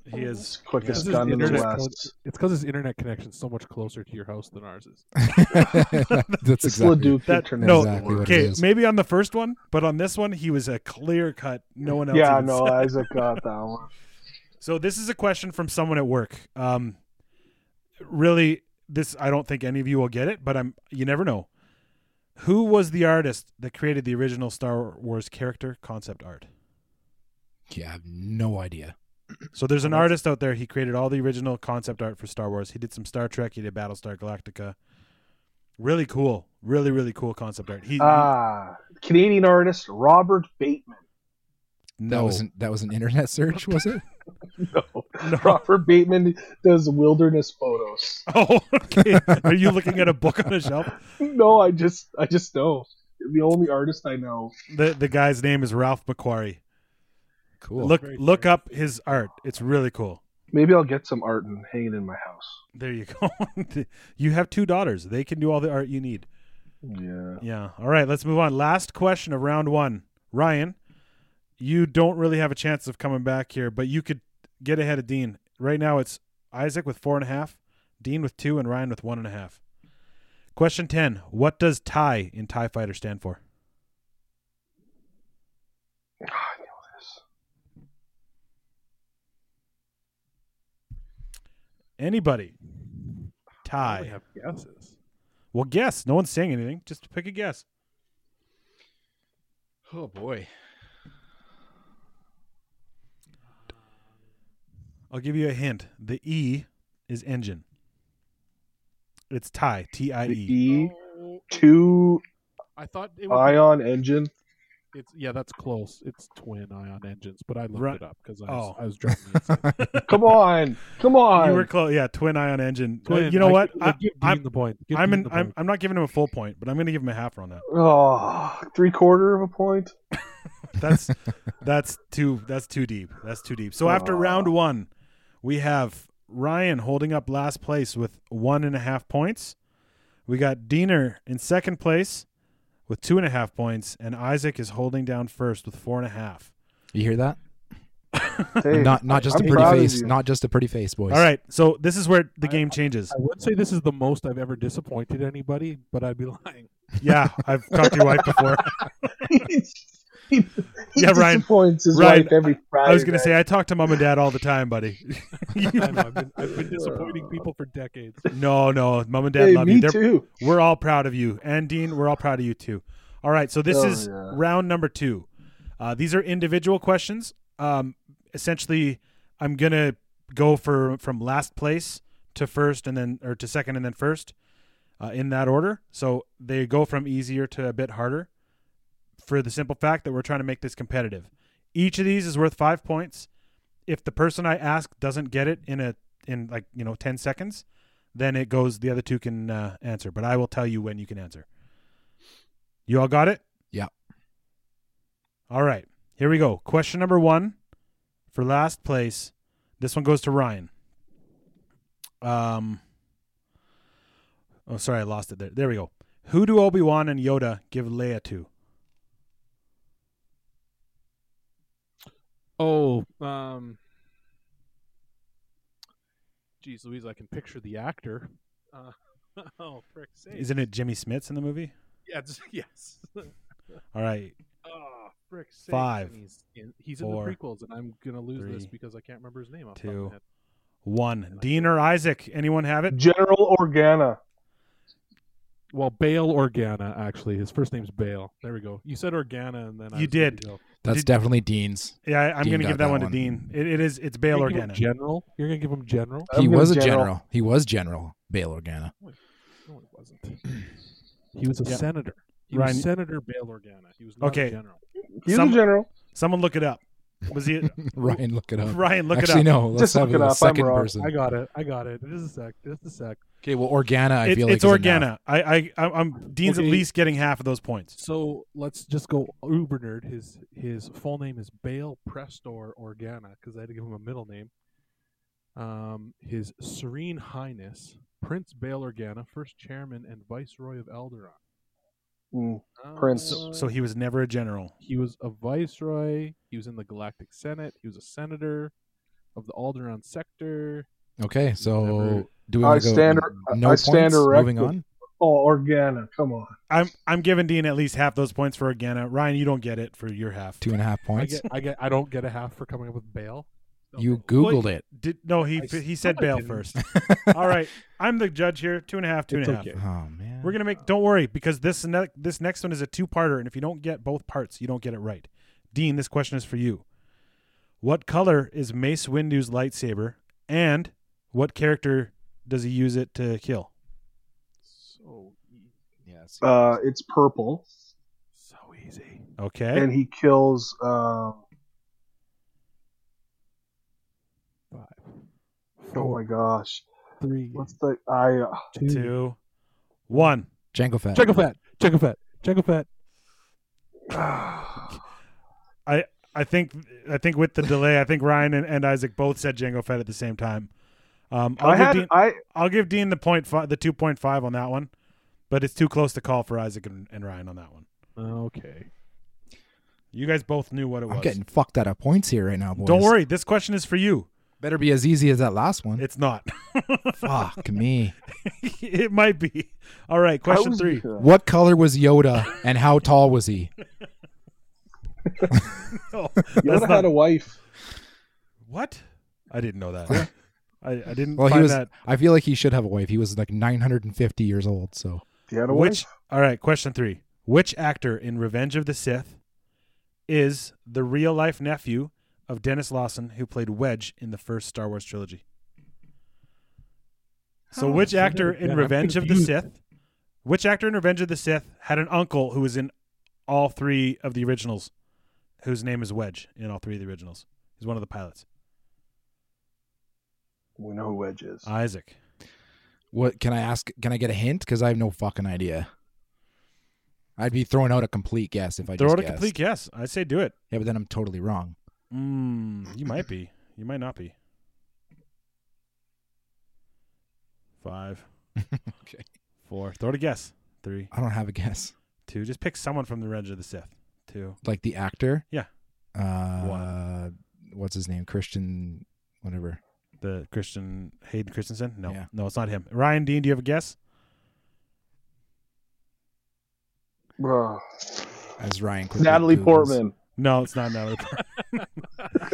S1: He is.
S3: This
S4: quickest
S3: is
S4: gun in the
S3: internet
S4: West.
S3: It's because his internet connection's so much closer to your house than ours is.
S2: That's
S4: It's
S2: exactly.
S4: Leduc
S1: That-
S4: internet.
S1: no,
S2: exactly what it
S1: Okay,
S2: is.
S1: maybe on the first one, but on this one, he was a clear cut. No one else.
S4: Yeah,
S1: even
S4: no,
S1: said-
S4: Isaac got that one.
S1: So this is a question from someone at work. Um, really, this I don't think any of you will get it, but I'm. You never know. Who was the artist that created the original Star Wars character concept art?
S2: Yeah, I have no idea.
S1: So there's an artist out there. He created all the original concept art for Star Wars. He did some Star Trek. He did Battlestar Galactica. Really cool. Really, really cool concept art. He,
S4: Ah, Canadian artist Robert Bateman.
S1: no.
S2: That was an, that was an internet search, was it?
S1: No.
S4: Robert Bateman does wilderness photos.
S1: Oh, okay. Are you looking at a book on a shelf?
S4: No, I just I just know. The only artist I know.
S1: The the guy's name is Ralph McQuarrie.
S2: Cool.
S1: look
S3: Very
S1: look
S3: true.
S1: up his art. It's really cool.
S4: Maybe I'll get some art and hang it in my house.
S1: There you go. you have two daughters. They can do all the art you need.
S4: Yeah.
S1: Yeah. All right, let's move on. Last question of round one. Ryan, you don't really have a chance of coming back here, but you could get ahead of Dean. Right now it's Isaac with four and a half, Dean with two, and Ryan with one and a half. Question ten. What does TIE in TIE Fighter stand for?
S4: Ah, I know this.
S1: Anybody?
S4: Oh,
S3: I only
S1: TIE.
S3: have guesses.
S1: Well guess. No one's saying anything. Just pick a guess.
S2: Oh boy.
S1: I'll give you a hint. The E is engine. It's TIE. T I
S4: The
S1: E.
S4: E
S3: Oh,
S4: two
S3: I thought it would be,
S4: ion engine.
S3: it's yeah, that's close. It's twin ion engines, but I looked
S1: Right.
S3: it up because I, was
S1: Oh.
S3: I was driving. insane.
S4: Come on, come on.
S1: You were close. Yeah, twin ion engine. Uh,
S3: Twin,
S1: you know
S3: I-
S1: what?
S3: I,
S1: I,
S3: give
S1: I'm-
S3: Dean the point. Give
S1: I'm
S3: Dean
S1: an,
S3: the
S1: I'm
S3: point.
S1: I'm not giving him a full point, but I'm going to give him a half on that.
S4: Oh, three quarter of a point.
S1: That's that's too that's too deep. That's too deep. So after
S4: Aw.
S1: round one, we have Ryan holding up last place with one and a half points. We got Diener in second place with two and a half points, and Isaac is holding down first with four and a half.
S2: You hear that?
S4: Hey,
S2: not not just
S4: I'm
S2: a pretty
S4: proud of
S2: face.
S4: you.
S2: Not just a pretty face, boys.
S1: All right, so this is where the
S3: I-
S1: game changes.
S3: I would say this is the most I've ever disappointed anybody, but I'd be lying.
S1: Yeah, I've talked to your wife before.
S4: he, he
S1: Yeah, Ryan.
S4: disappoints his
S1: Ryan,
S4: wife every Friday.
S1: I was gonna
S4: night.
S1: say I talk to mom and dad all the time, buddy.
S3: I know, I've, been, I've been disappointing people for decades.
S1: no, no, mom and dad
S4: hey,
S1: love
S4: me
S1: you. They're
S4: too.
S1: We're all proud of you. And Dean, we're all proud of you too. All right, so this
S4: Oh,
S1: is
S4: yeah.
S1: round number two. Uh, these are individual questions. Um, essentially, I'm gonna go for from last place to first, and then or to second, and then first, uh, in that order. So they go from easier to a bit harder, for the simple fact that we're trying to make this competitive. Each of these is worth five points. If the person I ask doesn't get it in a in like you know ten seconds, then it goes the other two can uh, answer but i will tell you when you can answer you all got it
S2: Yeah.
S1: all right here we go question number one for last place this one goes to ryan um oh sorry i lost it there there we go who do obi-wan and yoda give leia to
S3: Oh, um, geez, Louise, I can picture the actor. Uh, oh, frick's sake!
S1: isn't it jimmy smits in the movie
S3: Yeah, it's- yes.
S1: all right
S3: Oh, frick's sake!
S1: Five,
S3: and He's in, he's
S1: four,
S3: in the prequels, and I'm gonna lose this
S1: three,
S3: because I can't remember his name. Off
S1: two.
S3: the top of my head.
S1: one dean or isaac anyone have it
S4: General Organa.
S3: Well, Bale Organa, actually, his first name's Bale. There we go. You said Organa, and then I
S1: You
S3: was ready
S1: did.
S3: to go.
S2: That's
S1: Did-
S2: definitely Dean's.
S1: yeah I- i'm
S2: Dean
S1: gonna
S2: got
S1: give that,
S2: that
S1: one to
S2: one.
S1: dean it, it is it's bail
S3: You're gonna give him
S1: organa
S3: General. You're gonna give him General?
S4: I'm
S2: He
S4: gonna
S2: was a
S4: general.
S2: general. He was general. Bail Organa.
S3: No, it wasn't. He was a
S1: Yeah.
S3: senator. He
S1: Ryan-
S3: was Senator Bale Organa. He was not
S1: Okay.
S3: a general.
S4: He's
S1: Some-
S4: a general.
S1: someone look it up was he
S2: Ryan, look it up.
S1: Ryan, look
S2: Uh, Actually,
S1: it up.
S2: no. Let's
S4: Just
S2: have
S4: look it
S2: a
S4: up. I'm
S2: second
S4: wrong.
S2: person.
S3: I got it. I got it. It is a sec. Just a sec.
S2: Okay, well, Organa. I
S1: It's-
S2: feel like
S1: it's
S2: is
S1: Organa.
S2: enough.
S1: I, I, I'm- I'm Dean's
S3: Okay.
S1: at least getting half of those points.
S3: So let's just go uber nerd. His his full name is Bale Prestor Organa because I had to give him a middle name. Um, his Serene Highness Prince Bale Organa, first chairman and viceroy of Alderaan.
S4: Mm. Prince. So-
S1: So he was never a general.
S3: He was a viceroy. He was in the Galactic Senate. He was a senator of the Alderaan sector.
S2: Okay, so
S3: Never-
S2: do we
S4: I
S2: want to go?
S4: stand-
S2: no
S4: I
S2: points.
S4: stand
S2: Moving
S4: erected.
S2: on.
S4: Oh, Organa. Come on.
S1: I'm I'm giving Dean at least half those points for Organa. Ryan, you don't get it for your half.
S2: Two and a half
S3: I
S2: points.
S3: get, I get, I don't get a half for coming up with Bale.
S2: You
S1: Well,
S2: Googled it.
S1: Did no? He
S3: I-
S1: he said
S3: no, I
S1: bail
S3: didn't.
S1: first. All right, I'm the judge here. Two and a half, two and
S3: It's
S1: a half.
S3: okay.
S2: Oh man.
S1: We're gonna make. Don't worry, because this ne- this next one is a two parter, and if you don't get both parts, you don't get it right. Dean, this question is for you. What color is Mace Windu's lightsaber, and what character does he use it to kill? Oh,
S3: So e-
S2: Yes.
S4: Uh, it's purple,
S3: so easy.
S1: Okay.
S4: uh, and he kills um, Oh my gosh.
S3: Three,
S4: What's the I? Uh,
S3: two,
S1: two, one.
S2: Jango Fett.
S3: Jango Fett, Jango Fett, Jango Fett.
S1: I think I think with the delay, I think Ryan and, and Isaac both said Django Fett at the same time. Um, I'll,
S4: I
S1: give
S4: had
S1: Dean,
S4: I
S1: I'll give Dean the point five, the two point five on that one, but it's too close to call for Isaac and, and Ryan on that one.
S3: Okay.
S1: You guys both knew what it was.
S2: I'm getting fucked out of points here right now, boys.
S1: Don't worry, this question is for you.
S2: Better be as easy as that last one.
S1: It's not.
S2: Fuck me.
S1: it might be. All right,
S4: I
S1: question
S4: was-
S1: three.
S2: What color was Yoda and how tall was he?
S1: No,
S4: Yoda
S1: that's
S4: had
S1: not-
S4: a wife.
S1: what? I didn't know that. I, I didn't
S2: Well, he
S1: find
S2: was.
S1: that.
S2: I feel like he should have a wife. He was like 950 years old. So
S4: He had a
S1: Which?
S4: wife.
S1: All right, question three. Which actor in Revenge of the Sith is the real life nephew of Dennis Lawson, who played Wedge in the first Star Wars trilogy? So,
S3: How
S1: which
S3: is that
S1: actor in
S3: again? I'm
S1: Revenge of the
S3: confused.
S1: Sith? Which actor in Revenge of the Sith had an uncle who was in all three of the originals, whose name is Wedge in all three of the originals? He's one of the pilots.
S4: We know who Wedge is.
S1: Isaac.
S2: what can I ask? Can I get a hint? Because I have no fucking idea. I'd be throwing out a complete guess if I
S1: Throw
S2: just
S1: out a
S2: guessed.
S1: complete guess. I say do it.
S2: Yeah, but then I'm totally wrong.
S1: Mm, you might be. You might not be. Five.
S2: Okay.
S1: Four. Throw it a guess. Three.
S2: I don't have a guess.
S1: Two. Just pick someone from the Revenge of the Sith. Two.
S2: Like the actor.
S1: Yeah.
S2: Uh, What's his name? Christian. Whatever.
S1: The Christian Hayden Christensen? No.
S2: Yeah.
S1: No, it's not him. Ryan Dean, do you have a guess?
S4: Bruh.
S2: As Ryan. quickly
S4: Natalie
S2: Googles.
S4: Portman.
S1: No, it's not Natalie. Portman.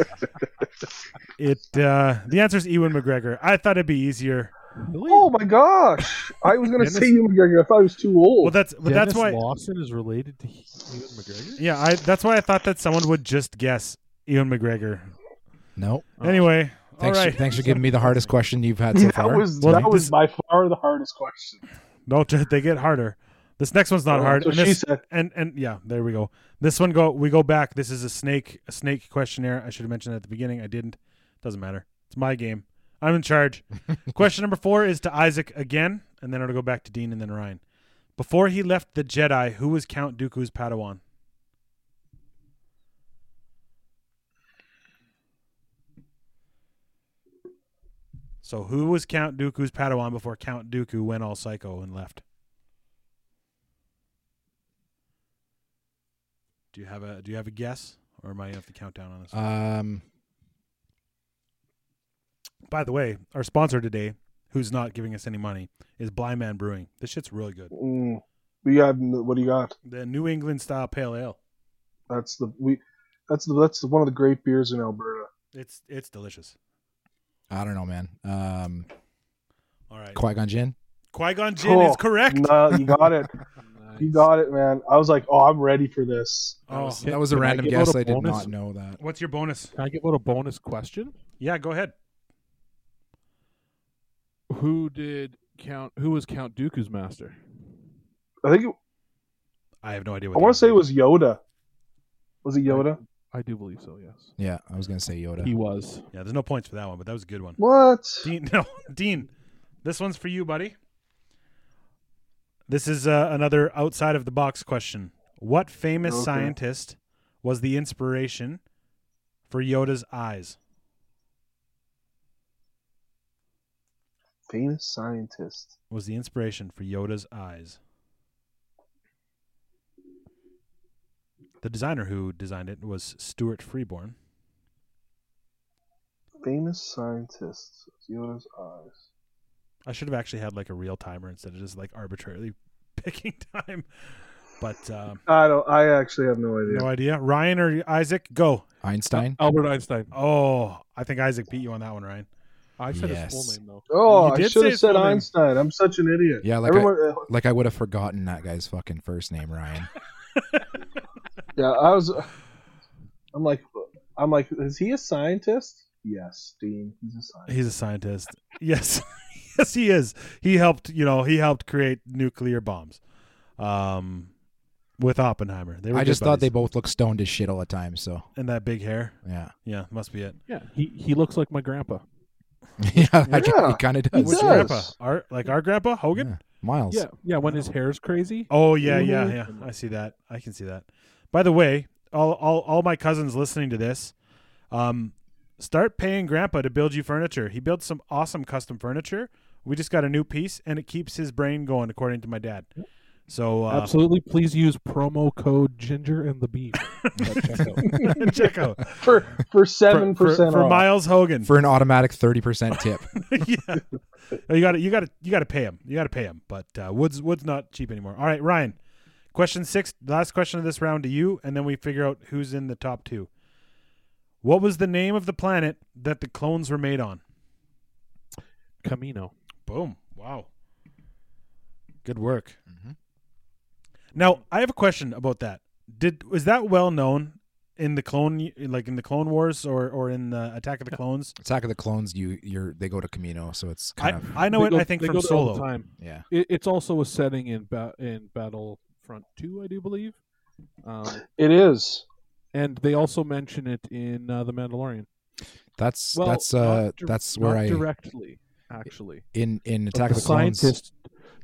S1: it uh the answer is Ewan McGregor. I thought it'd be easier.
S3: Really?
S4: Oh my gosh! I was gonna
S1: Dennis-
S4: say you McGregor. I thought he was too old.
S1: Well that's but that's
S3: Dennis
S1: why
S3: Lawson is related to Ewan McGregor.
S1: Yeah, I that's why I thought that someone would just guess Ewan McGregor.
S2: Nope.
S3: Oh.
S1: Anyway,
S2: Thanks.
S1: all
S2: For,
S1: right.
S2: thanks for giving me the hardest question you've had so
S4: that
S2: far.
S4: was
S1: Well,
S4: that was
S1: this-
S4: by far the hardest question.
S1: No, they get harder. This next one's not
S4: Well,
S1: hard. And,
S4: that's what she
S1: this-
S4: said.
S1: and and yeah, there we go. This one go we go back. This is a snake a snake questionnaire. I should have mentioned that at the beginning. I didn't. Doesn't matter. It's my game. I'm in charge. Question number four is to Isaac again, and then it'll go back to Dean and then Ryan. Before he left the Jedi, who was Count Dooku's Padawan? So who was Count Dooku's Padawan before Count Dooku went all psycho and left? Do you have a do you have a guess? Or am I gonna have to count down on this?
S2: Um.
S1: By the way, our sponsor today, who's not giving us any money, is Blind Man Brewing. This shit's really good.
S4: Mm. We got what do you got?
S1: The New England style pale ale.
S4: That's the we. That's the that's one of the great beers in Alberta.
S1: It's it's delicious.
S2: I don't know, man. Um.
S1: All right.
S2: Qui Gon Jinn.
S1: Qui Gon Jinn is
S4: Cool.
S1: correct.
S4: No, you got it.
S3: Oh, Nice.
S4: You got it, man. I was like, oh, I'm ready for this.
S1: Oh,
S3: Can-
S2: That was a
S3: can I
S2: random
S3: give out
S2: guess.
S3: a
S2: I did
S3: bonus?
S2: not know that.
S1: what's your bonus?
S3: Can I give out a bonus question?
S1: Yeah, go ahead.
S3: Who did Count? Who was Count Dooku's master?
S4: I think it,
S1: I have no idea.
S4: I
S1: What
S4: want to
S1: the-
S4: say it was Yoda. Was it Yoda?
S3: I do believe so. Yes,
S2: Yeah, I was gonna say Yoda.
S3: he was.
S1: Yeah, there's no points for that one, but that was a good one.
S4: What?
S1: Dean, no, Dean, this one's for you, buddy. This is uh, another outside of the box question. What famous
S4: Okay.
S1: scientist was the inspiration for Yoda's eyes?
S4: Famous scientist.
S1: Was the inspiration for Yoda's eyes? The designer who designed it was Stuart Freeborn.
S4: Famous scientist. Yoda's eyes.
S1: I should have actually had like a real timer instead of just like arbitrarily picking time. But um,
S4: I don't. I actually have no idea.
S1: no idea. Ryan or Isaac, go.
S2: Einstein.
S3: Albert Einstein.
S1: Oh, I think Isaac beat you on that one, Ryan.
S3: I said his
S2: Yes.
S3: full name though.
S4: oh,
S1: You
S4: I
S1: did
S4: should
S1: say
S4: have
S1: his
S4: said
S1: full name.
S4: Einstein. I'm such an idiot.
S2: Yeah, like I-
S4: Everyone, uh,
S2: Like I would have forgotten that guy's fucking first name, Ryan.
S4: yeah. I was. I'm like, I'm like, is he a scientist? Yes, Dean. He's a scientist.
S1: He's a scientist. Yes. yes, he is. He helped, you know, he helped create nuclear bombs. Um with Oppenheimer. They were
S2: I
S1: good
S2: just thought they
S1: buddies.
S2: both looked stoned as shit all the time. So
S1: and that big hair.
S2: yeah,
S1: Yeah, must be it.
S3: Yeah, he he looks like my grandpa.
S2: yeah, I guess
S4: Yeah,
S2: he kind of
S4: he
S2: does.
S1: Which
S4: does.
S1: grandpa? Our like our grandpa Hogan?
S2: Yeah. Miles.
S3: Yeah, yeah. When his hair's crazy.
S1: Oh yeah, yeah, yeah.
S4: Mm-hmm.
S3: Mhm.
S1: I see that. I can see that. By the way, all all, all my cousins listening to this, um, start paying Grandpa to build you furniture. He builds some awesome custom furniture. We just got a new piece, and it keeps his brain going, according to my dad. So uh,
S3: Absolutely. Please use promo code Ginger and the Beef. at checkout.
S1: check out For-
S4: for for seven
S1: for, for,
S4: percent off.
S1: Miles Hogan.
S2: For an automatic 30% tip.
S1: yeah, you got to you got to you got to pay him. You got to pay him. But uh, Woods Woods not cheap anymore. All right, Ryan. Question six, last question of this round to you, and then we figure out who's in the top two. What was the name of the planet that the clones were made on?
S3: Camino.
S1: Boom! Wow, good work.
S2: Mhm.
S1: Now I have a question about that. Did was that well known in the clone like in the Clone Wars or or in the Attack of the Clones?
S2: Attack of the Clones, you you're they go to Camino, so it's kind
S1: I,
S2: of
S1: I know
S3: They
S1: it.
S3: go-
S1: I think
S3: they
S1: from
S3: go there all the
S1: Solo.
S3: time.
S2: yeah.
S3: It, it's also a setting in ba- in Battlefront Two, I do believe. Um,
S4: It is.
S3: and they also mention it in uh, the Mandalorian.
S2: That's
S3: Well,
S2: that's
S3: not
S2: uh
S3: dir-
S2: that's
S3: Not
S2: where I
S3: directly, actually.
S2: in in
S3: But
S2: Attack
S3: the
S2: of the Clones.
S3: scientist,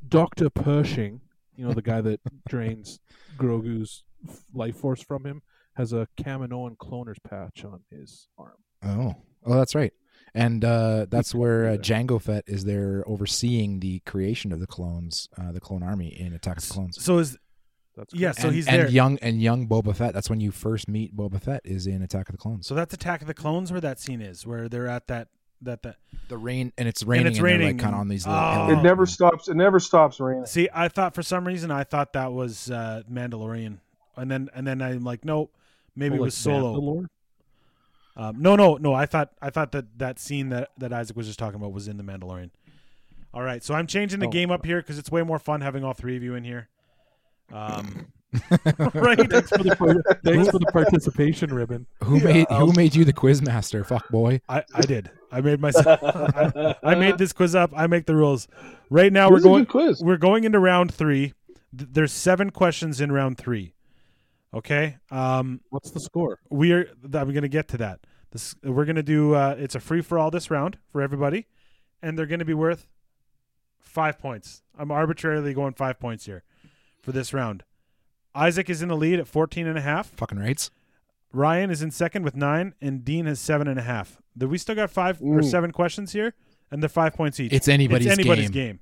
S3: Doctor Pershing, you know the guy that drains Grogu's f- life force from him, has a Kaminoan cloner's patch on his arm.
S2: Oh, oh, that's right. And uh, that's where uh,
S3: Yeah.
S2: Django Fett is there overseeing the creation of the clones, uh, the clone army in Attack of the Clones.
S1: So is
S3: That's
S1: yeah. So
S2: and,
S1: he's
S2: and
S1: there.
S2: young and young Boba Fett. That's when you first meet Boba Fett is in Attack of the Clones.
S1: So that's Attack of the Clones where that scene is, where they're at that that that.
S2: The rain and it's raining.
S1: it's
S2: they're,
S1: raining.
S2: like, kind of on these little.
S1: Oh.
S2: hillocks.
S1: Yeah.
S4: It never stops. It never stops raining.
S1: See, I thought for some reason I thought that was uh, Mandalorian, and then and then I'm like, nope, maybe it was Solo.
S3: Mandalore?
S1: Um, no, no, no. I thought I thought that that scene that that Isaac was just talking about was in the Mandalorian. All right, so I'm changing the
S3: Oh.
S1: game up here because it's way more fun having all three of you in here. Um, right?
S3: Thanks for the par- thanks for the participation ribbon.
S2: Who
S4: Yeah,
S2: made
S4: I'll-
S2: Who made you the quizmaster? Fuck boy.
S1: I, I did. I made myself. I, I made this quiz up. I make the rules. Right now we're
S4: This is a
S1: going.
S4: good quiz.
S1: we're going into round three. Th- There's seven questions in round three. Okay. Um,
S3: What's the score?
S1: we are. th- I'm going to get to that. This we're going to do. Uh, it's a free for all this round for everybody, and they're going to be worth five points. I'm arbitrarily going five points here for this round. Isaac is in the lead at 14 and a half.
S2: Fucking rights.
S1: Ryan is in second with nine, and Dean has seven and a half. Do we still got five or
S4: Ooh.
S1: seven questions here? And they're five points each.
S2: It's anybody's,
S1: it's anybody's
S2: game.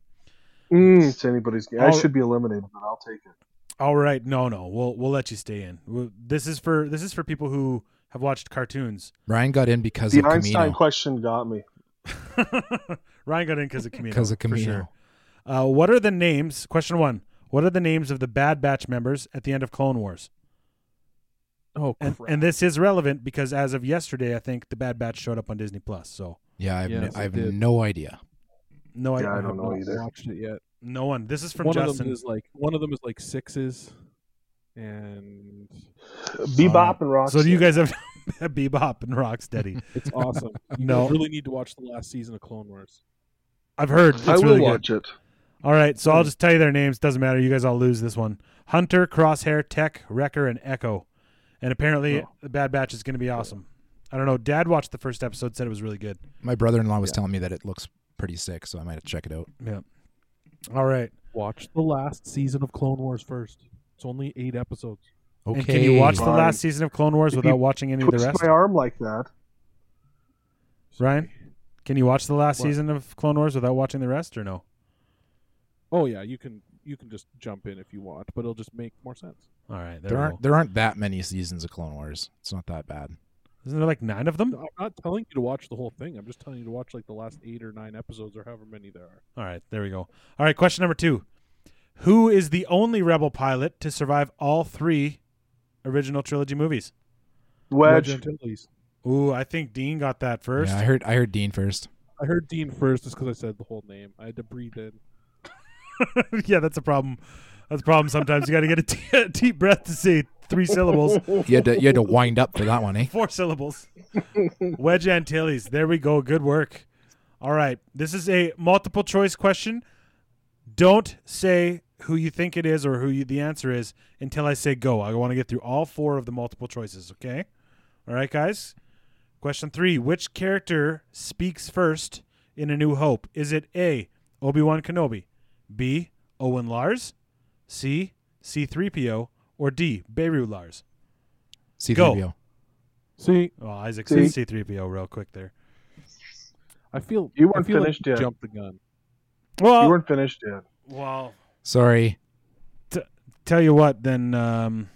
S1: game.
S4: Mm, it's anybody's game. I
S1: All-
S4: should be eliminated, but I'll take it.
S1: All right, no, no, we'll we'll let you stay in. We'll, this is for this is for people who have watched cartoons.
S2: Ryan got in because
S4: The
S2: of
S4: Einstein
S2: Camino.
S4: question got me.
S1: Ryan got in because of Camino.
S2: Because of Camino.
S1: for sure. Uh, what are the names? Question one. What are the names of the Bad Batch members at the end of Clone Wars?
S3: Oh,
S1: And
S3: crap.
S1: and this is relevant because as of yesterday, I think the Bad Batch showed up on Disney Plus. So
S2: Yeah, I've,
S3: Yes,
S2: I
S3: it
S2: have
S3: did.
S2: no idea.
S1: no, I
S4: Yeah, I
S3: I
S4: don't
S3: have
S4: know
S3: not
S4: either.
S3: Watched it yet.
S1: no one. This is from
S3: one of them
S1: Justin.
S3: is like one of them is like sixes, and
S4: Bebop and Rock.
S1: so do you guys have Bebop and Rocksteady?
S3: it's awesome. You
S1: No.
S3: guys really need to watch the last season of Clone Wars.
S1: I've heard. It's
S4: I will
S1: really good.
S4: watch it.
S1: All right, so I'll just tell you their names. Doesn't matter. You guys all lose this one. Hunter, Crosshair, Tech, Wrecker, and Echo. And apparently,
S3: Oh.
S1: the Bad Batch is going to be awesome. I don't know. Dad watched the first episode, said it was really good.
S2: My brother-in-law was
S3: Yeah.
S2: telling me that it looks pretty sick, so I might have to check it out.
S1: Yeah. All right.
S3: Watch the last season of Clone Wars first. It's only eight episodes.
S2: Okay.
S1: And can you watch the
S4: Fine.
S1: last season of Clone Wars
S4: If
S1: without
S4: you
S1: watching any of the
S4: Twist
S1: rest?
S4: my arm like that.
S1: Ryan, can you watch the last
S3: What?
S1: season of Clone Wars without watching the rest, or no?
S3: Oh yeah, you can you can just jump in if you want, but it'll just make more sense.
S1: All right. There,
S2: There
S1: we
S2: aren't
S1: go.
S2: there aren't that many seasons of Clone Wars. It's not that bad.
S1: Isn't there like nine of them?
S3: No, I'm not telling you to watch the whole thing. I'm just telling you to watch like the last eight or nine episodes or however many there are.
S1: All right. There we go. All right. Question number two Who is the only Rebel pilot to survive all three original trilogy movies?
S4: Wedge.
S3: Antilles.
S1: Ooh, I think Dean got that first.
S2: Yeah, I heard I heard Dean first.
S3: I heard Dean first just because I said the whole name. I had to breathe in.
S1: yeah, that's a problem. That's a problem sometimes. You got to get a, t- a deep breath to say three syllables,
S2: You had to you had to wind up for that one, eh?
S1: four syllables. Wedge Antilles. There we go. Good work. All right. This is a multiple choice question. Don't say who you think it is or who you, the answer is until I say go. I want to get through all four of the multiple choices, okay? All right, guys. Question three Which character speaks first in A New Hope? Is it A. Obi Wan Kenobi, B. Owen Lars, C. C3PO, or D. Beru Lars?
S2: C3PO.
S3: See,
S1: Oh, Isaac
S4: C.
S1: said C3PO real quick there.
S3: I feel
S4: You
S3: I
S4: weren't
S3: feel
S4: finished
S3: like you
S4: yet.
S3: Jumped the gun.
S4: You
S1: Well,
S4: weren't finished yet.
S1: well
S2: Sorry.
S1: tell you what, then um,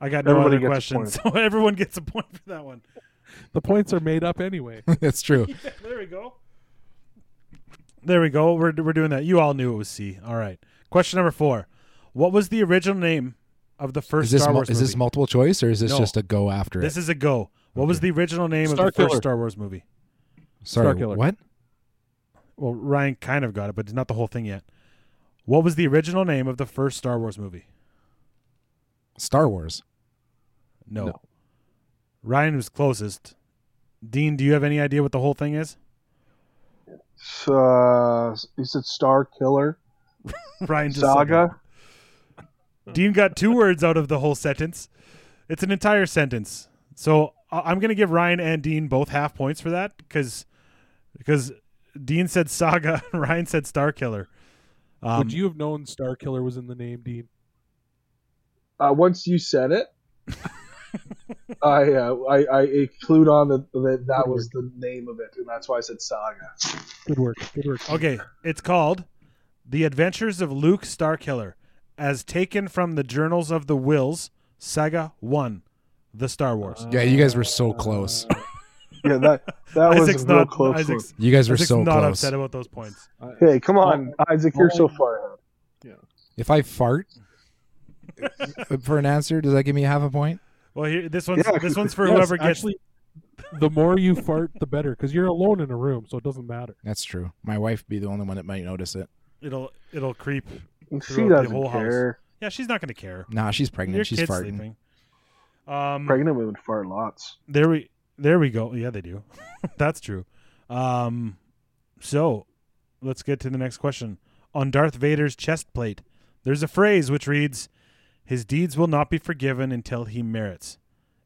S1: I got no
S4: Everybody
S1: other
S4: gets a
S1: questions. So everyone gets a point for that one.
S3: The points are made up anyway.
S2: That's true.
S1: there we go. There we go. We're, we're doing that. You all knew it was C. All right. Question number four. What was the original name of the first
S2: Is this
S1: Star
S2: mul-
S1: Wars
S2: is
S1: movie?
S2: this multiple choice or is this
S1: No.
S2: just a go after it?
S1: This is a go. What was the original name
S3: Star
S1: of the first
S3: Killer.
S1: Star Wars movie?
S2: Sorry.
S3: Starkiller.
S2: What?
S1: Well, Ryan kind of got it, but not the whole thing yet. What was the original name of the first Star Wars movie?
S2: Star Wars.
S1: No.
S3: No.
S1: Ryan was closest. Dean, do you have any idea what the whole thing is?
S4: So, uh, you said Star Killer
S1: Ryan just said
S4: Saga.
S1: that. Dean got two words out of the whole sentence. It's an entire sentence. So I- I'm going to give Ryan and Dean both half points for that because because Dean said Saga, Ryan said Star Killer. Um,
S3: Would you have known Star Killer was in the name, Dean?
S4: Uh, once you said it, I, uh, I I it clued on that that, that was the name of it, and that's why I said Saga.
S3: Good work. Good work.
S1: Okay, it's called The Adventures of Luke Starkiller, as taken from the Journals of the Wills, Saga 1, The Star Wars.
S2: Yeah, you guys were so close.
S3: Uh,
S4: Yeah, that that was a real
S1: not,
S4: close one.
S1: Isaac's,
S2: You guys were
S1: Isaac's
S2: so
S1: not
S2: close.
S1: upset about those points.
S3: I-
S4: Hey, come on, Isaac, you're so
S3: oh.
S4: far ahead.
S2: If I fart for an answer, does that give me half a point?
S1: Well, here, this one's
S4: Yeah.
S1: this one's for
S3: Yes,
S1: whoever gets.
S3: actually, the more you fart, the better, because you're alone in a room, so it doesn't matter.
S2: That's true. My wife would be the only one that might notice it.
S1: It'll it'll creep.
S4: She
S1: Throughout the
S4: doesn't
S1: whole house.
S4: care.
S1: Yeah, she's not going to care.
S2: Nah, she's pregnant.
S1: Your
S2: she's
S1: kid's
S2: farting.
S1: sleeping. Um,
S4: Pregnant women fart lots.
S1: there we there we go. Yeah, they do. That's true. Um, so let's get to the next question. On Darth Vader's chest plate, there's a phrase which reads, "His deeds will not be forgiven until he merits."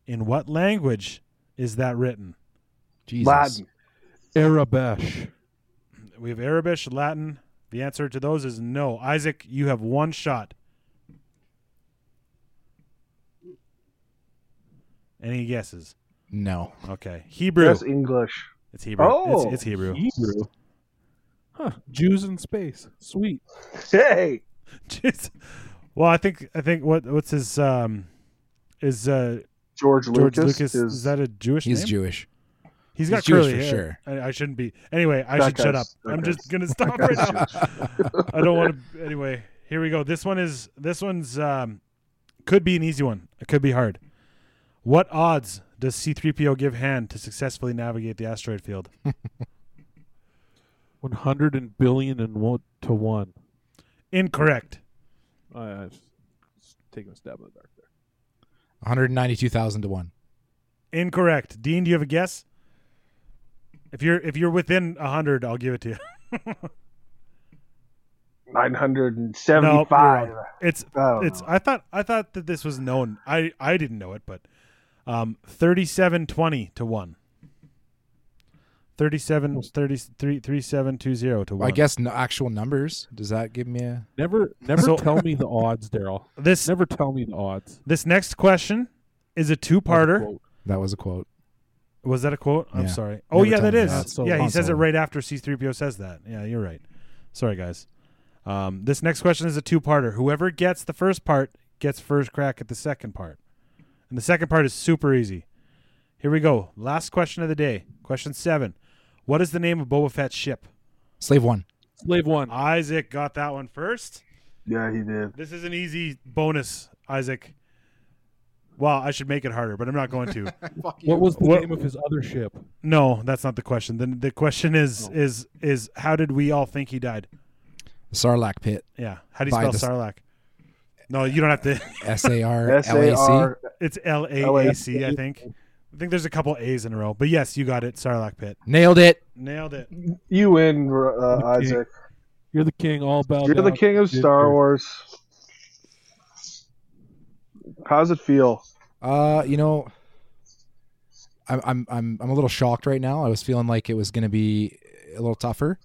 S1: In what language is that written?
S2: Jesus.
S4: Latin.
S3: Arabesh.
S1: We have Arabic, Latin. The answer to those is no. Isaac, you have one shot. Any guesses?
S2: No.
S1: Okay, Hebrew.
S4: That's English.
S1: It's Hebrew.
S4: Oh,
S1: it's, it's Hebrew.
S3: Hebrew. Huh. Jews in space. Sweet.
S4: Hey,
S1: Jeez. Well, I think I think what what's his um is uh
S4: George,
S1: George
S4: Lucas,
S1: Lucas, is,
S4: is,
S1: that a Jewish
S2: He's
S1: name?
S2: Jewish.
S1: he's got
S2: he's Jewish
S1: curly
S2: for
S1: hair.
S2: sure.
S1: I, I shouldn't be. Anyway, I
S4: That
S1: should shut up.
S4: guy's- that
S1: I'm just
S4: guy's-
S1: gonna stop right
S4: guy's
S1: now.
S4: Jewish.
S1: I don't want to. Anyway, here we go. This one is this one's um could be an easy one. It could be hard. What odds does C-3PO give hand to successfully navigate the asteroid field?
S3: One hundred and billion and one to one.
S1: Incorrect.
S3: I I was just taking a stab in the dark there.
S2: 192,000 to 1.
S1: Incorrect. Dean, do you have a guess? If you're if you're within hundred, I'll give it to you.
S4: nine hundred and
S1: Nope, you're
S4: seventy-five.
S1: wrong. It's it's I thought I thought that this was known. I I didn't know it, but um 37 20 to 1. 37 33 3720 to 1.
S2: I guess no, actual numbers. Does that give me a.
S3: Never, never
S1: So-
S3: tell me the odds, Daryl.
S1: this
S3: Never tell me the odds.
S1: this next question is a two-parter.
S3: Quote.
S2: That was a quote.
S1: Was that a quote? I'm
S2: Yeah.
S1: sorry. Oh
S2: Never
S1: yeah,
S2: tell
S1: that
S2: me
S1: is.
S3: that. So-
S1: yeah, he says it
S2: Console.
S1: right after C3PO says that. Yeah, you're right. Sorry guys. Um this next question is a two-parter. Whoever gets the first part gets first crack at the second part. And the second part is super easy. Here we go. Last question of the day. Question 7. What is the name of Boba Fett's ship?
S2: Slave 1.
S3: Slave one.
S1: Isaac got that one first.
S4: yeah, he did.
S1: This is an easy bonus, Isaac. Well, I should make it harder, but I'm not going to.
S3: What was the
S1: What-
S3: name of his other ship?
S1: No, that's not the question. The, the question is
S3: Oh.
S1: is is how did we all think he died?
S2: Sarlacc pit.
S1: Yeah. How do you
S2: By
S1: spell
S2: the-
S1: Sarlacc? No, you don't have to.
S2: S A R
S4: S
S2: L
S4: A
S2: A C.
S4: R.
S1: It's L A A C, I think. I think there's a couple A's in a row, but yes, you got it. Sarlacc pit,
S2: Nailed it.
S1: nailed it.
S4: You win, uh,
S3: Okay. Oh,
S4: Isaac.
S3: You're the king. All bow
S4: You're the
S3: down.
S4: king of
S3: Did
S4: Star
S3: your-
S4: Wars. How's it feel?
S2: Uh, you know, I'm I'm I'm I'm a little shocked right now. I was feeling like it was gonna be a little tougher.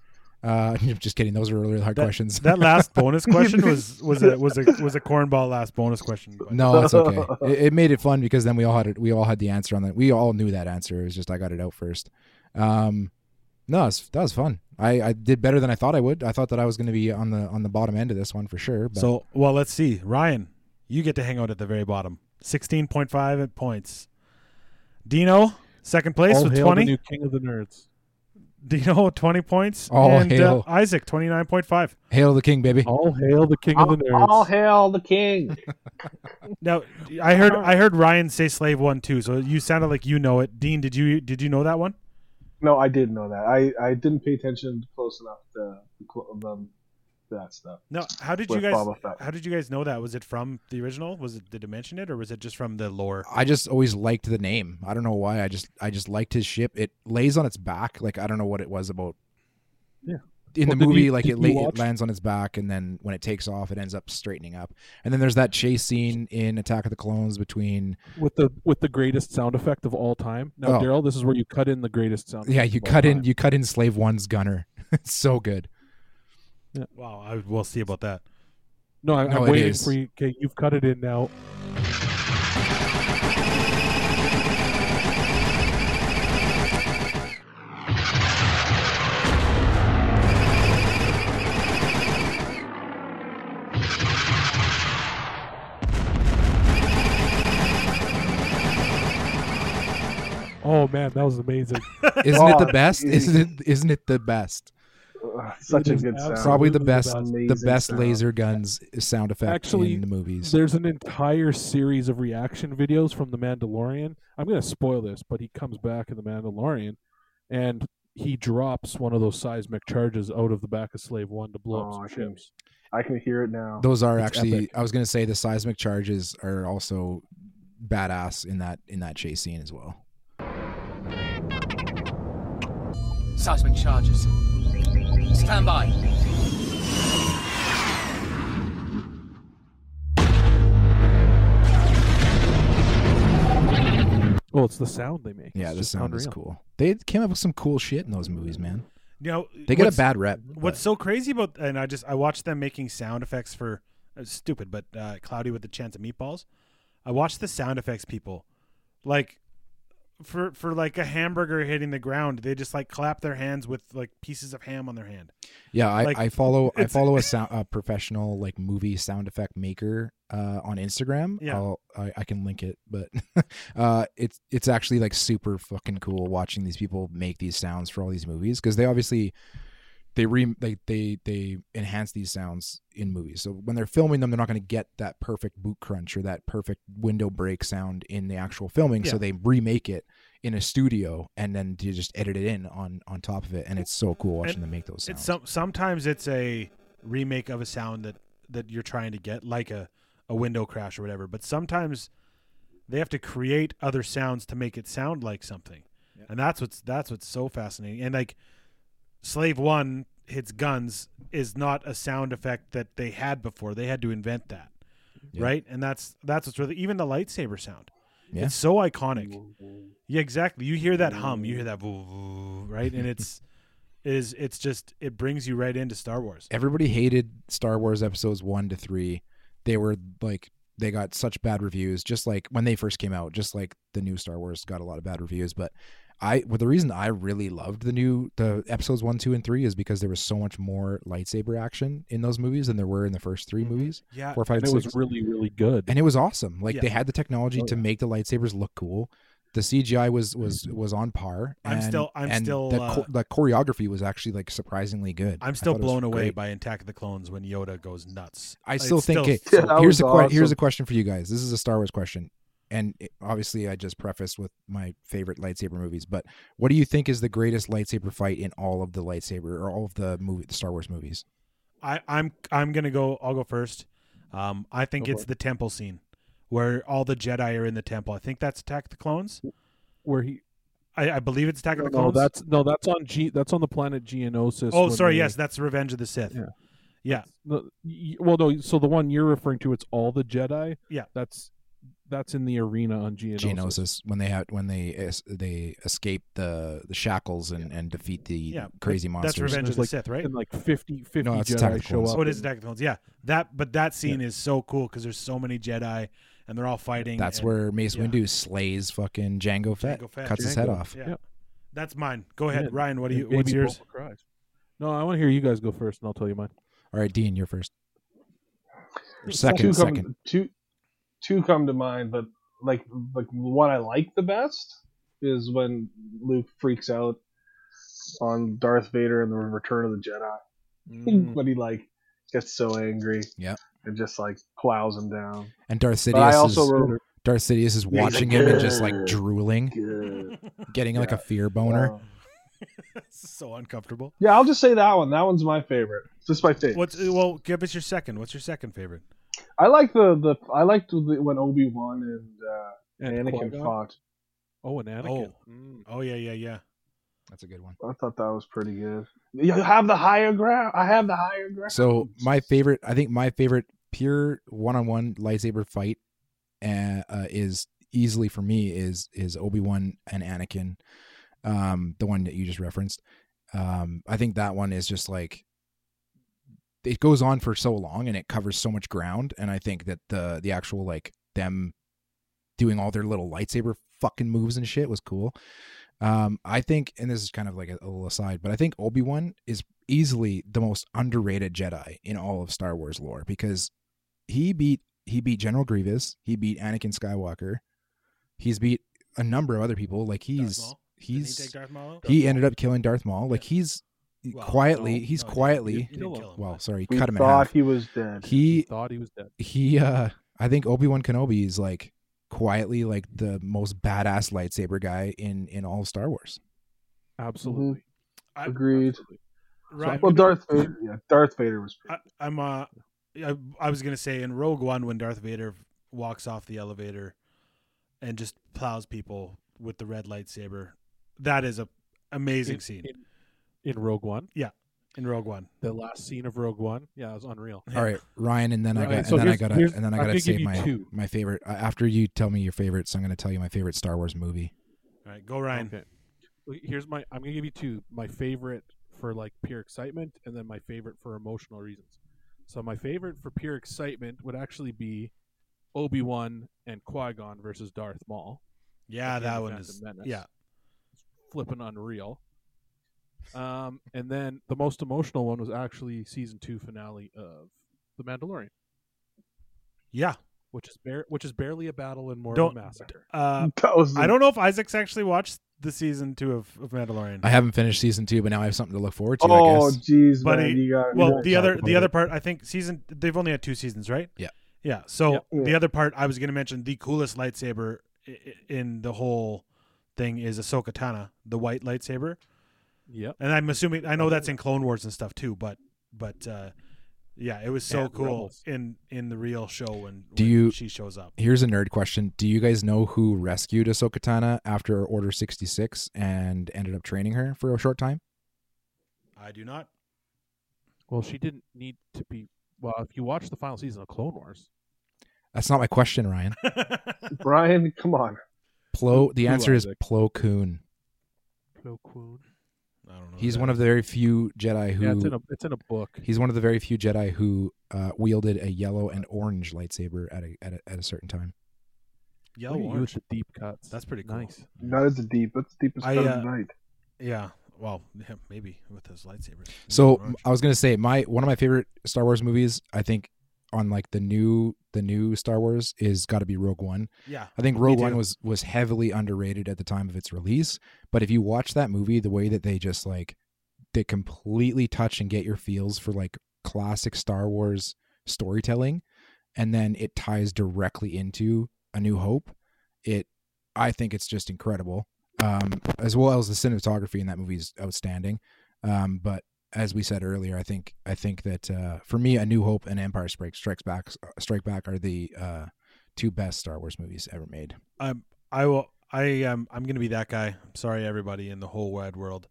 S2: Uh, just kidding. Those are really hard questions.
S1: That last bonus question was was a was a was a cornball last bonus question. but-
S2: no, it's okay. it, it made it fun because then we all had it. We all had the answer on that. We all knew that answer. It was just I got it out first. Um, no, it's, that was fun. I, I did better than I thought I would. I thought that I was going to be on the on the bottom end of this one for sure. But
S1: So well, let's see. Ryan, you get to hang out at the very bottom. Sixteen point five at points. Dino second place
S3: All
S1: with
S3: hail
S1: twenty.
S3: the new king of the nerds.
S1: Dino twenty points.
S2: All
S1: and
S2: hail.
S1: Uh, Isaac twenty nine point five.
S2: hail the king, baby!
S3: All hail the king of the nerds.
S4: All hail the king.
S1: Now I heard I heard Ryan say slave one too. So you sounded like you know it. Dean, did you did you know that one?
S4: No, I did know that. I, I didn't pay attention close enough to the, cl- um, that stuff.
S1: No. How did you
S4: With
S1: guys?
S4: Boba Fett.
S1: How did you guys know that? Was it from the original? Was it did it mention it or was it just from the lore?
S2: I just always liked the name. I don't know why. I just I just liked his ship. It lays on its back. Like I don't know what it was about.
S3: Yeah.
S2: In
S3: Well,
S2: the
S3: did
S2: movie,
S3: you-
S2: like it,
S3: did you
S2: la- it
S3: watch-
S2: lands on its back, and then when it takes off, it ends up straightening up. And then there's that chase scene in Attack of the Clones between.
S3: with the with the greatest sound effect of all time. Now,
S2: Oh.
S3: Daryl, this is where you cut in the greatest sound.
S2: Yeah,
S3: effect
S2: you
S3: of all
S2: cut in
S3: time.
S2: you cut in Slave One's gunner. it's so good.
S1: Wow. I we'll see about that.
S3: No, I,
S2: No,
S3: I'm
S2: it
S3: waiting
S2: is.
S3: for you. Okay, you've cut it in now. Oh man, that was amazing.
S2: Isn't it the
S4: Oh,
S2: best?
S4: geez.
S2: Isn't it? Isn't it the best?
S4: Ugh, Such a
S3: is
S4: good sound.
S2: Probably the
S3: Absolutely the
S2: best.
S3: best.
S2: The
S4: Amazing
S2: best
S4: sound.
S2: laser guns sound effect
S3: Actually,
S2: in the movies.
S3: There's an entire series of reaction videos from The Mandalorian. I'm going to spoil this, but he comes back in The Mandalorian and he drops one of those seismic charges out of the back of Slave One to blow
S4: Oh,
S3: up some
S4: I can-
S3: ships.
S4: I can hear it now.
S2: Those are
S3: It's
S2: actually.
S3: epic.
S2: I was gonna say the seismic charges are also badass in that in that chase scene as well.
S5: Seismic charges. Stand by.
S3: Oh, it's the sound they make.
S2: Yeah,
S3: It's
S2: the
S3: just
S2: sound is
S3: unreal.
S2: cool. They came up with some cool shit in those movies, man.
S1: You know,
S2: They get a
S1: what's-
S2: bad rep.
S1: What's so crazy about and I just I watched them making sound effects for uh, stupid, but uh, cloudy with the chance of meatballs. I watched the sound effects people, like for for like a hamburger hitting the ground, they just like clap their hands with like pieces of ham on their hand.
S2: Yeah, I,
S1: Like,
S2: I follow I
S1: it's-
S2: follow a, sound, a professional like movie sound effect maker uh, on Instagram.
S1: Yeah.
S2: I'll, I, I can link it, but uh, it's it's actually like super fucking cool watching these people make these sounds for all these movies because they obviously they re they, they they enhance these sounds in movies. So when they're filming them, they're not going to get that perfect boot crunch or that perfect window break sound in the actual filming.
S1: Yeah.
S2: So they remake it in a studio and then to just edit it in on on top of it and it's so cool watching
S1: And
S2: them make those sounds.
S1: It's some sometimes it's a remake of a sound that that you're trying to get, like a a window crash or whatever. But sometimes they have to create other sounds to make it sound like something, and that's what's that's what's so fascinating. And like Slave One hits guns is not a sound effect that they had before. They had to invent that,
S2: Yeah.
S1: right? And that's that's what's really even the lightsaber sound.
S2: Yeah.
S1: It's so iconic. Yeah, exactly. You hear that hum, you hear that voo, voo, right, and it's it is it's just it brings you right into Star Wars.
S2: everybody hated Star Wars episodes one to three. They were like they got such bad reviews, just like when they first came out, just like the new Star Wars got a lot of bad reviews. But I well, the reason I really loved the new the episodes one, two, and three is because there was so much more lightsaber action in those movies than there were in the first three
S1: Mm-hmm.
S2: movies.
S1: Yeah,
S2: Four, five,
S3: And
S2: and
S3: it
S2: six.
S3: was really, really good.
S2: and it was awesome. Like
S1: Yeah. Mm-hmm.
S2: they had the technology
S3: Oh,
S2: to make the lightsabers look cool. The CGI was was was on par.
S1: I'm
S2: and-
S1: still- I'm
S2: and
S1: still,
S2: The,
S1: uh,
S2: cho- the choreography was actually like surprisingly good. I
S1: I'm still
S2: thought it was
S1: blown away
S2: great.
S1: by Attack of the Clones when Yoda goes nuts.
S2: I
S1: It's
S2: still think it.
S4: Yeah, that
S2: here's
S4: was
S2: a que- here's
S4: awesome.
S2: a question for you guys. This is a Star Wars question, and it- obviously I just prefaced with my favorite lightsaber movies. But what do you think is the greatest lightsaber fight in all of the lightsaber or all of the movie the Star Wars movies?
S1: I, I'm I'm gonna go. I'll go first. Um, I think
S3: Go for
S1: it's the temple scene where all the Jedi are in the temple. I think that's Attack of the Clones.
S3: Where he?
S1: I, I believe it's Attack
S3: No,
S1: of the
S3: no,
S1: Clones.
S3: that's no, that's on G. That's on the planet Geonosis.
S1: oh,
S3: when
S1: sorry.
S3: they-
S1: Yes, that's Revenge of the Sith.
S3: Yeah.
S1: Yeah.
S3: No, y- well, no. So the one you're referring to, it's all the Jedi.
S1: Yeah.
S3: That's that's in the arena on Geonosis.
S2: Geonosis when they have when they es- they escape the the shackles and, and defeat the
S1: Yeah,
S2: crazy monsters.
S1: That's Revenge of
S3: There's
S1: the
S3: like-
S1: Sith, right?
S3: And like 50, 50
S2: No, that's
S3: Jedi
S2: Attack of
S3: show
S2: Clones.
S3: up.
S1: Oh, it is
S3: and-
S1: Attack of the Clones. Yeah, that. But that scene is so cool because there's so many Jedi and they're all fighting.
S2: That's
S1: and
S2: where Mace
S1: yeah.
S2: Windu slays fucking Django Fett,
S1: Jango Fett-
S2: cuts his head
S3: Django.
S2: off.
S1: Yeah.
S3: Yeah.
S1: That's mine. Go ahead,
S3: Yeah.
S1: Ryan. What do you?
S3: and
S1: What's
S3: baby
S1: yours?
S3: Boba cries. No, I want to hear you guys go first, and I'll tell you mine.
S2: All right, Dean, you're first. Or
S4: two
S2: second,
S4: come,
S2: second.
S4: Two, two come to mind, but like like the one I like the best is when Luke freaks out on Darth Vader in the Return of the Jedi when he like gets so angry,
S2: Mm. Yeah.
S4: and just like plows him down.
S2: And Darth
S4: But I
S2: Sidious,
S4: also
S2: is,
S4: remember.
S2: Darth Sidious is
S4: like,
S2: watching him and just like
S4: "Grr."
S2: drooling, getting like
S4: Yeah.
S2: a fear boner.
S4: Wow.
S1: so uncomfortable.
S4: Yeah, I'll just say that one. That one's my favorite. Just my favorite.
S1: What's uh, well? Give us your second. What's your second favorite?
S4: I like the the I liked the, when Obi Wan and uh,
S3: And
S4: Anakin
S3: Qui-Gon?
S4: fought.
S3: Oh, and Anakin.
S1: Oh.
S3: Mm.
S1: Oh yeah, yeah, yeah.
S2: That's a good one.
S4: I thought that was pretty good. You have the higher ground. I have the higher ground.
S2: So my favorite, I think my favorite pure one-on-one lightsaber fight uh, uh, is easily for me is is Obi Wan and Anakin, um, the one that you just referenced. Um, I think that one is just like it goes on for so long and it covers so much ground, and I think that the the actual like them doing all their little lightsaber fucking moves and shit was cool. Um, I think, and this is kind of like a, a little aside, but I think Obi Wan is easily the most underrated Jedi in all of Star Wars lore because he beat he beat General Grievous, he beat Anakin Skywalker, he's beat a number of other people. Like he's
S1: Maul? Didn't he take
S2: he's
S1: Darth Maul? out?
S2: he ended up killing Darth Maul. Like
S1: Yeah.
S2: he's
S1: Well,
S2: quietly,
S1: no,
S2: he's
S1: no, he didn't.
S2: quietly.
S1: He didn't kill him.
S2: Well, sorry,
S4: we
S2: cut him in
S4: thought
S2: half.
S4: he was dead.
S2: He
S3: Thought he was dead.
S2: he uh i think obi-wan kenobi is like quietly like the most badass lightsaber guy in in all of star wars
S3: Absolutely.
S1: I-
S4: Agreed.
S3: Absolutely.
S1: Ryan,
S4: Well, Darth Vader. Yeah, Darth Vader was.
S1: I, I'm uh, I, I was gonna say in Rogue One when Darth Vader walks off the elevator and just plows people with the red lightsaber. That is a amazing
S3: In-
S1: scene
S3: in- in Rogue One.
S1: in Rogue One.
S3: the last scene of Rogue One. Yeah, it was unreal.
S1: Yeah.
S2: all right ryan and then i
S3: Ryan,
S2: got
S3: so
S2: and then i
S3: here's-
S2: gotta
S3: here's-
S2: and then i
S3: I'm
S2: gotta
S3: gonna give
S2: save
S3: you
S2: my
S3: two.
S2: my favorite uh, after you tell me your favorite so i'm gonna tell you my favorite star wars movie
S1: All right, go Ryan.
S3: Okay. Well, Here's my. I'm gonna give you two. My favorite for like pure excitement, and then my favorite for emotional reasons. So my favorite for pure excitement would actually be Obi Wan and Qui Gon versus Darth Maul.
S1: Yeah,
S3: Again,
S1: that
S3: the
S1: one
S3: Phantom
S1: is
S3: Menace.
S1: yeah.
S3: flipping unreal. Um, and then the most emotional one was actually season two finale of The Mandalorian,
S1: Yeah.
S3: which is bare, which is barely a battle and more
S1: Don't-
S3: of a massacre.
S1: Uh,
S4: That was.
S1: I don't know if Isaac's actually watched the season two of, of
S3: Hmm.
S1: Mandalorian.
S2: i haven't finished season two but now i have something to look forward to i
S4: Oh,
S2: guess
S4: jeez,
S1: But
S4: man,
S1: he-
S4: you got.
S1: well,
S4: you
S1: the
S4: got-
S1: other
S2: about
S1: the
S2: it.
S1: other part, I think season they've only had two seasons, right?
S2: Yeah.
S1: Yeah. So
S4: Yeah.
S1: the other part I was going to mention the coolest lightsaber i- i- in the whole thing is Ahsoka Tana, the white lightsaber,
S3: Yep.
S1: and I'm assuming I know that's in Clone Wars and stuff too, but but uh, yeah, it was so
S3: And
S1: cool
S3: Rebels.
S1: in in the real show when,
S2: Do
S1: when
S2: you-
S1: she shows up.
S2: here's a nerd question do you guys know who rescued ahsoka tana after order 66 and ended up training her for a short time
S1: I do not.
S3: Well, she didn't need to be. Well, if you watch the final season of Clone Wars,
S2: that's not my question ryan
S4: Brian, come on.
S2: plo the
S3: Who,
S2: answer is
S3: Isaac?
S2: plo koon
S3: Plo Koon.
S1: I don't know.
S2: He's
S1: that.
S2: one of the very few Jedi who
S3: Oh, Yeah, it's in a it's in a book.
S2: he's one of the very few Jedi who uh, wielded a yellow and orange lightsaber at a at a, at a certain time.
S1: yellow
S3: Look at you with
S1: orange.
S3: the deep cuts.
S1: That's pretty cool.
S3: Nice.
S4: That is the deep. That's the deepest
S1: I,
S4: cut of the
S1: uh,
S4: night.
S1: Yeah. Well, yeah, maybe with those lightsabers.
S2: So
S1: Orange.
S2: I was gonna say my one of my favorite Star Wars movies. I think on like the new the new Star Wars is got to be Rogue One.
S1: yeah.
S2: I think Rogue
S1: too.
S2: One was was heavily underrated at the time of its release. But if you watch that movie, the way that they just like they completely touch and get your feels for like classic Star Wars storytelling, and then it ties directly into A New Hope. It, I think, it's just incredible. Um, as well as the cinematography in that movie is outstanding. Um, but as we said earlier, I think I think that uh, for me, A New Hope and Empire Strikes Strikes Back Strike Back are the uh, two best Star Wars movies ever made.
S1: I'm I will I am I'm gonna be that guy. I'm sorry everybody in the whole wide world.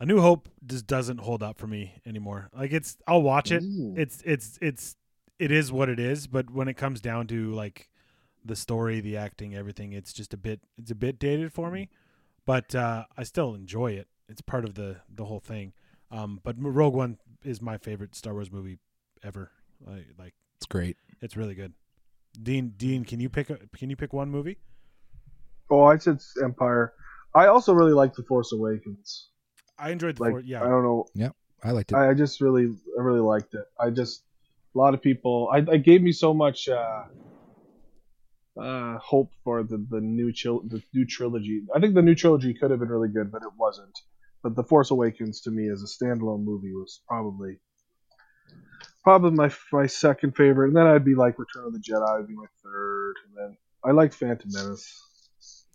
S1: A New Hope just doesn't hold up for me anymore. Like it's I'll watch it. It's it's it's it is what it is, but when it comes down to like the story, the acting, everything. It's just a bit it's a bit dated for me, but uh, I still enjoy it. It's part of the the whole thing. Um, but Rogue One is my favorite Star Wars movie ever. Like, like
S2: It's great.
S1: it's really good. Dean, Dean, can you pick a, can you pick one movie?
S4: Oh, I said Empire. I also really like The Force Awakens.
S1: I enjoyed the
S4: Like, uh,
S1: four, yeah.
S4: I don't know.
S2: I liked it.
S4: I, I just really, I really liked it. I just, a lot of people, I, I gave me so much uh, uh, hope for the the new chil- the new trilogy. I think the new trilogy could have been really good, but it wasn't. But The Force Awakens to me as a standalone movie was probably probably my my second favorite, and then I'd be like Return of the Jedi would be my third, and then I like Phantom Menace.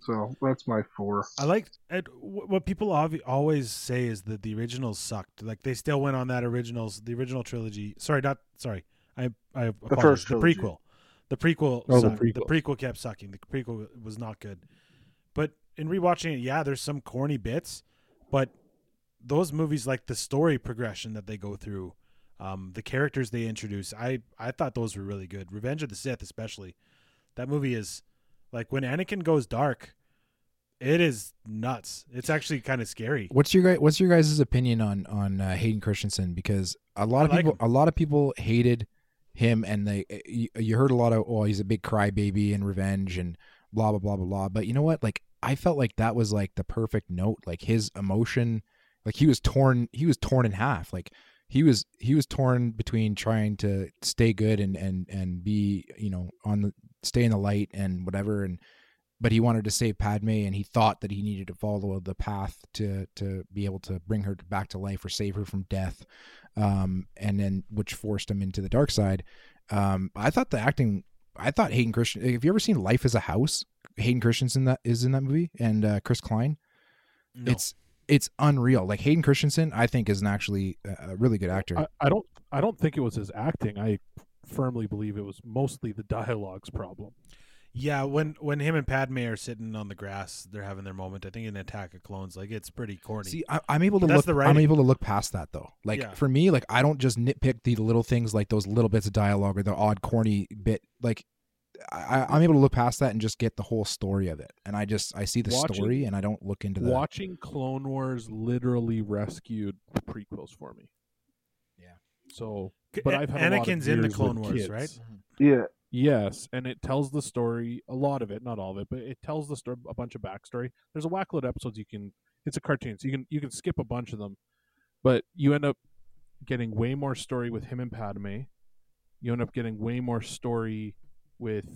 S4: So that's my four.
S1: I like at, wh- what people obvi- always say is that the originals sucked. Like they still went on that originals, the original trilogy. Sorry, not sorry. I I apologize.
S4: first
S1: the
S4: trilogy.
S1: prequel, the prequel.
S3: Oh, the
S1: sucked. the
S3: prequel.
S1: prequel kept sucking. The prequel was not good. But in rewatching it, yeah, there's some corny bits, but those movies like the story progression that they go through, um, the characters they introduce, I I thought those were really good. Revenge of the Sith, especially, that movie is like when Anakin goes dark, it is nuts. It's actually kind of scary.
S2: What's your guy? What's your guys' opinion on on uh, Hayden Christensen? Because a lot of
S1: I like
S2: people,
S1: him.
S2: a lot of people hated him, and they you, you heard a lot of, oh, he's a big crybaby and revenge and blah blah blah blah blah. But you know what? Like I felt like that was like the perfect note. Like his emotion, like he was torn, he was torn in half. Like he was he was torn between trying to stay good and and and be you know on the stay in the light and whatever and but he wanted to save Padme and he thought that he needed to follow the path to to be able to bring her back to life or save her from death um and then which forced him into the dark side um I thought the acting I thought Hayden Christian have you ever seen Life as a House Hayden Christensen that is in that movie and uh, Chris Klein
S1: No.
S2: it's it's unreal like Hayden Christensen I think is an actually uh, a a really good actor
S3: I, I don't I don't think it was his acting. I firmly believe it was mostly the dialogue's problem.
S1: yeah, when when him and Padme are sitting on the grass, they're having their moment. I think in Attack of Clones, like it's pretty corny.
S2: See, I, I'm able to
S1: But that's
S2: look.
S1: the
S2: I'm
S1: writing.
S2: able to look past that though. Like
S1: Yeah.
S2: for me, like I don't just nitpick the little things, like those little bits of dialogue or the odd corny bit. Like I, I- I'm able to look past that and just get the whole story of it. And I just I see the
S3: Watch it.
S2: story and I don't look into the
S3: Watching Clone Wars literally rescued the prequels for me.
S2: Yeah.
S3: So,
S1: C-
S3: but
S1: A-
S3: I've had a lot of
S1: Anakin's in the
S3: years
S1: Clone
S3: with
S1: Wars,
S3: kids.
S1: right?
S4: Yeah,
S3: Yes, and it tells the story, a lot of it, not all of it, but it tells the story, a bunch of backstory. There's a whack load of episodes you can. It's a cartoon, so you can you can skip a bunch of them, but you end up getting way more story with him and Padme. You end up getting way more story with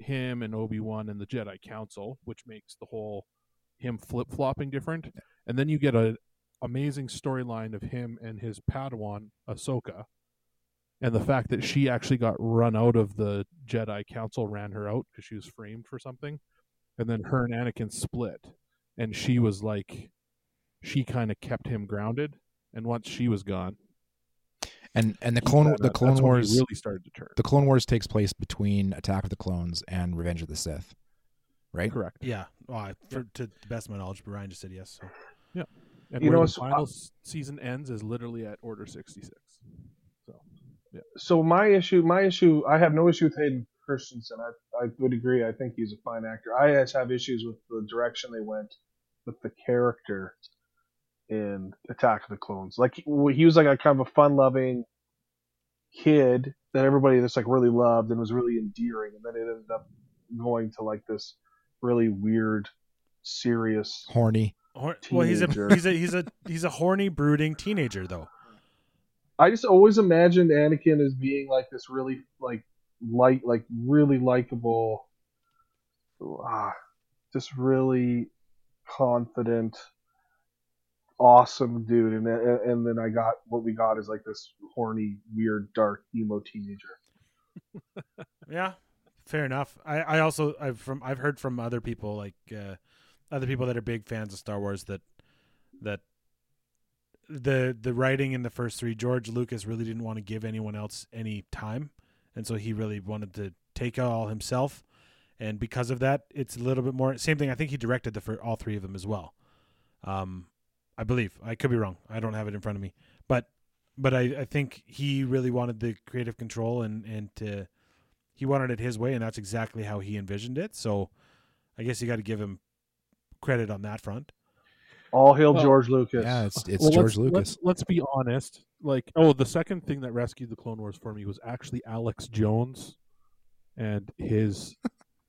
S3: him and Obi Wan and the Jedi Council, which makes the whole him flip flopping different. And then you get an amazing storyline of him and his Padawan Ahsoka and the fact that she actually got run out of the Jedi Council ran her out because she was framed for something, and then her and Anakin split, and she was like, she kind of kept him grounded, and once she was gone,
S2: and and the clone
S3: that-
S2: the Clone
S3: that's when he
S2: Wars
S3: really started to turn.
S2: the Clone Wars takes place between Attack of the Clones and Revenge of the Sith, right?
S3: Correct.
S1: Yeah, well, I, for, to the best of my knowledge, but Ryan just said yes. So.
S3: And
S4: You
S3: where
S4: know,
S3: the
S4: so I-
S2: uh,
S3: final s- season ends is literally at Order sixty six. So
S4: so my issue, my issue, I have no issue with Hayden Christensen. I, I would agree. I think he's a fine actor. I just have issues with the direction they went with the character in Attack of the Clones. Like he he was like a kind of a fun-loving kid that everybody just like really loved and was really endearing, and then it ended up going to like this really weird, serious.
S2: Horny.
S1: Hor- well, he's a
S4: Teenager.
S1: he's a he's a he's a horny, brooding teenager though.
S4: I just always imagined Anakin as being like this really like light like really likable ah, just really confident awesome dude and then, and then I got what we got is like this horny weird dark emo teenager.
S1: Yeah, fair enough. I, I also I've from I've heard from other people like uh, other people that are big fans of Star Wars that that the the writing in the first three George Lucas really didn't want to give anyone else any time, and so he really wanted to take it all himself. And because of that, it's a little bit more same thing. I think he directed the for all three of them as well. Um, I believe I could be wrong. I don't have it in front of me, but but I, I think he really wanted the creative control and and to he wanted it his way, and that's exactly how he envisioned it. So I guess you got to give him credit on that front.
S4: All hail
S3: Well,
S4: George Lucas.
S2: Yeah, it's it's
S3: Well,
S2: George
S3: let's,
S2: Lucas.
S3: Let's, let's be honest. Like, oh, the second thing that rescued the Clone Wars for me was actually Alex Jones and his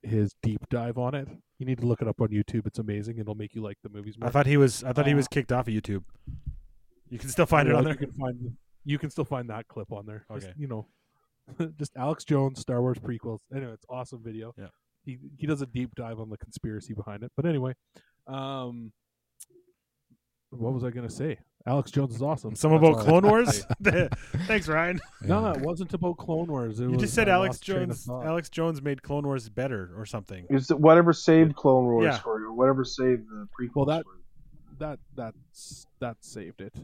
S3: his deep dive on it. You need to look it up on YouTube. It's amazing. It'll make you like the movies more.
S1: I thought he was. I thought he
S3: Uh,
S1: was kicked off of YouTube. You can still find it
S3: Yeah,
S1: on
S3: You
S1: there.
S3: can find you can still find that clip on there. Just,
S1: Okay.
S3: you know, just Alex Jones Star Wars prequels. Anyway, it's awesome video.
S1: Yeah.
S3: He he does a deep dive on the conspiracy behind it. But anyway, um, what was I gonna say? Alex Jones is awesome.
S1: Some
S3: That's all
S1: about
S3: I-
S1: Clone Wars. Thanks, Ryan.
S3: No,
S2: Yeah.
S3: it wasn't about Clone Wars. It
S1: You
S3: was,
S1: just said
S3: I
S1: Alex
S3: lost train of
S1: Jones.
S3: thought.
S1: Alex Jones made Clone Wars better or something.
S4: It's whatever saved Clone Wars
S1: Yeah.
S4: for you, or whatever saved the prequel.
S3: Well, that-
S4: for you.
S3: That that's that saved it.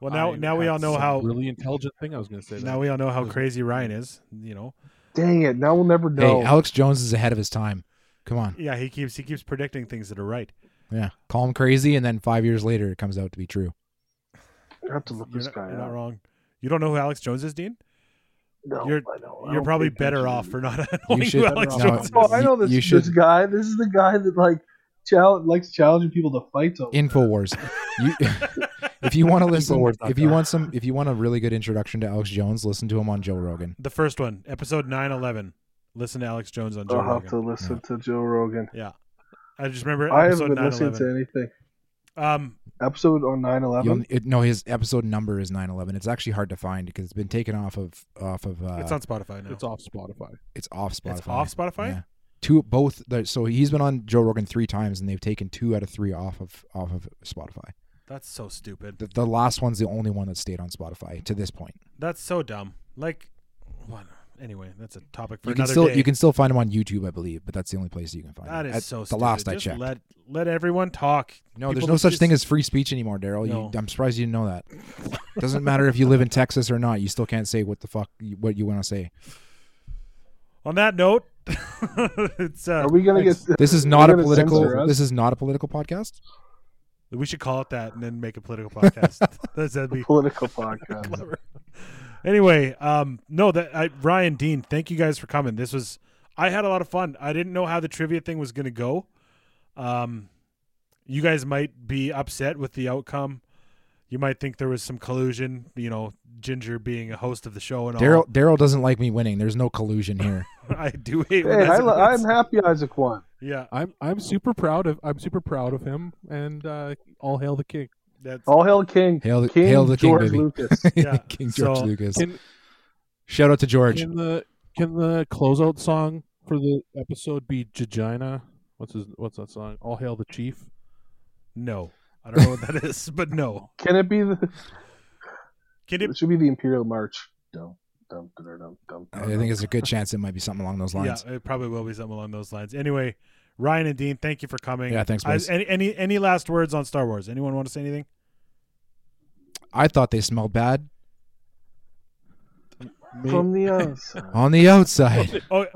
S1: Well, now
S3: I-
S1: now we all
S3: that's
S1: know
S3: some
S1: how.
S3: really intelligent thing I was gonna say.
S1: Now
S3: that.
S1: we all know how crazy Ryan is. You know.
S4: Dang it! Now we'll never know.
S2: Hey, Alex Jones is ahead of his time. Come on.
S1: Yeah, he keeps he keeps predicting things that are right.
S2: Yeah. Call him crazy and then 5 years later it comes out to be true.
S4: I have to look
S1: You're
S4: this
S1: not,
S4: guy
S1: you're not
S4: up.
S1: wrong. You don't know who Alex Jones is, Dean.
S4: No,
S1: You're-
S4: I know. I
S1: You're
S4: don't
S1: probably
S4: pay
S1: better
S4: attention
S1: off
S4: to
S1: for
S4: you.
S1: not knowing
S2: should-
S1: who Alex
S2: no,
S1: Jones
S4: Oh,
S1: is.
S4: I know this.
S2: You
S4: This
S2: should-
S4: guy. This is the guy that like challenge, likes challenging people to fights. over
S2: InfoWars. you if you want to listen
S3: InfoWars.com.
S2: if you want some if you want a really good introduction to Alex Jones, listen to him on Joe Rogan.
S1: The first one, episode nine eleven. Listen to Alex Jones on
S4: it.
S1: Joe
S4: I'll have
S1: Rogan.
S4: to listen to Joe Rogan.
S1: I just remember
S4: I haven't
S1: episode
S4: been
S1: nine
S4: listening to
S1: eleven.
S4: anything.
S1: Um,
S4: Episode on 9-11?
S2: You'll, it, no, his episode number is 911. It's actually hard to find because it's been taken off of off of uh,
S1: it's on Spotify now.
S3: it's off Spotify.
S2: it's off Spotify.
S1: It's off Spotify.
S2: Yeah. Two both the, so he's been on Joe Rogan 3 times and they've taken 2 out of 3 off of off of Spotify.
S1: That's so stupid.
S2: The, the last one's the only one that stayed on Spotify to this point.
S1: That's so dumb. Like, what? Anyway, that's a topic for
S2: you can
S1: another
S2: still
S1: day.
S2: you can still find him on YouTube, I believe, but that's the only place you can find
S1: That
S2: him.
S1: is
S2: At
S1: so
S2: the
S1: stupid.
S2: last I
S1: Just
S2: checked.
S1: Let let everyone talk.
S2: no, there's
S1: people
S2: no
S1: that
S2: such
S1: just-
S2: thing as free speech anymore, Daryl.
S1: No.
S2: You I'm surprised you didn't know that. Doesn't matter if you live in Texas or not, you still can't say what the fuck you- what you want to say.
S1: On that note, it's uh,
S4: Are we gonna get?
S2: This is
S4: are
S2: not
S4: they
S2: a
S4: gonna censor
S2: political
S4: us?
S2: this is not a political podcast.
S1: we should call it that and then make a political podcast. That's- That'd be
S4: political podcast.
S1: clever. Anyway, um, no, that I, Ryan Dean, thank you guys for coming. This was I had a lot of fun. I didn't know how the trivia thing was going to go. Um, you guys might be upset with the outcome. You might think there was some collusion. You know, Ginger being a host of the show and
S2: Daryl Daryl doesn't like me winning. There's no collusion here.
S1: all. I do hate.
S4: Hey,
S1: when
S4: I,
S1: that's-
S4: lo- I'm happy Isaac won.
S1: yeah,
S3: I'm I'm super proud of I'm super proud of him and uh, all hail the king.
S1: that's
S4: All hail King.
S2: Hail the-
S4: King
S2: hail the king,
S4: George
S2: baby.
S4: Lucas.
S1: Yeah,
S2: King George
S1: so-
S2: Lucas.
S3: Can-
S2: Shout out to George.
S3: Can the can the closeout song for the episode be Jagina? What's his What's that song? All hail the chief.
S1: no. I don't know what that is, but no.
S4: Can it be the?
S1: Can it?
S4: It should be the Imperial March. Dum dum dum dum dum.
S2: I think it's a good chance it might be something along those
S1: Yeah,
S2: lines.
S1: it probably will be something along those lines. Anyway, Ryan and Dean, thank you for coming.
S2: Yeah, thanks,
S1: I-
S2: boys.
S1: any any any last words on Star Wars? Anyone want to say anything?
S2: I thought they smelled bad
S4: From the outside.
S2: on the outside.
S1: Oh,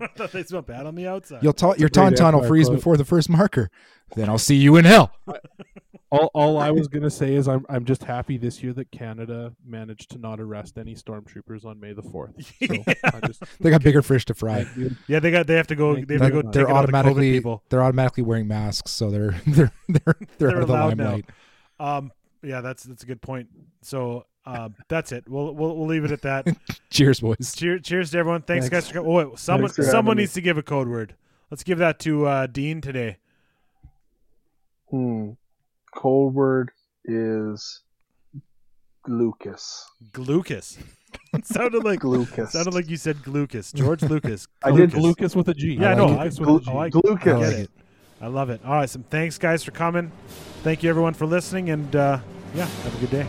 S1: I thought they smelled bad on the outside.
S2: You'll ta- your
S3: great
S2: tauntaun will
S3: outline
S2: freeze
S3: quote.
S2: before the first marker. Then I'll see you in hell.
S3: All, all I was gonna say is I'm I'm just happy this year that Canada managed to not arrest any stormtroopers on May the fourth. So I just
S2: They got bigger fish to fry.
S3: thank you.
S1: yeah, they got. They have to go.
S3: Thank
S1: They
S3: you.
S1: have to
S2: They're,
S1: go.
S3: They're
S1: take out all the COVID
S2: automatically
S1: people.
S2: they're automatically wearing masks, so they're they're they're they're,
S1: They're
S2: out of the
S1: allowed now.
S2: limelight.
S1: Um, yeah, that's that's a good point. So, um, that's it. We'll we'll we'll leave it at that.
S2: Cheers, boys.
S1: Cheer, cheers to everyone. Thanks,
S3: Thanks.
S1: guys. For, co- oh, wait, someone
S4: Thanks for having
S1: someone
S4: me.
S1: needs to give a code word. Let's give that to uh, Dean today.
S4: Hmm. Cold word is Lucas.
S1: Glucas. It sounded like
S4: Glucas.
S1: sounded like you said Glucas. George Lucas.
S4: I did
S1: Glucas.
S3: Lucas with a G.
S1: Yeah,
S2: I
S1: no,
S2: like
S1: I,
S3: Lucas
S1: I
S3: with a G.
S1: like
S2: I
S4: Lucas.
S1: Get
S2: like
S1: it.
S2: it.
S1: I love it. All right, some thanks guys for coming. Thank you everyone for listening, and uh, yeah, have a good day.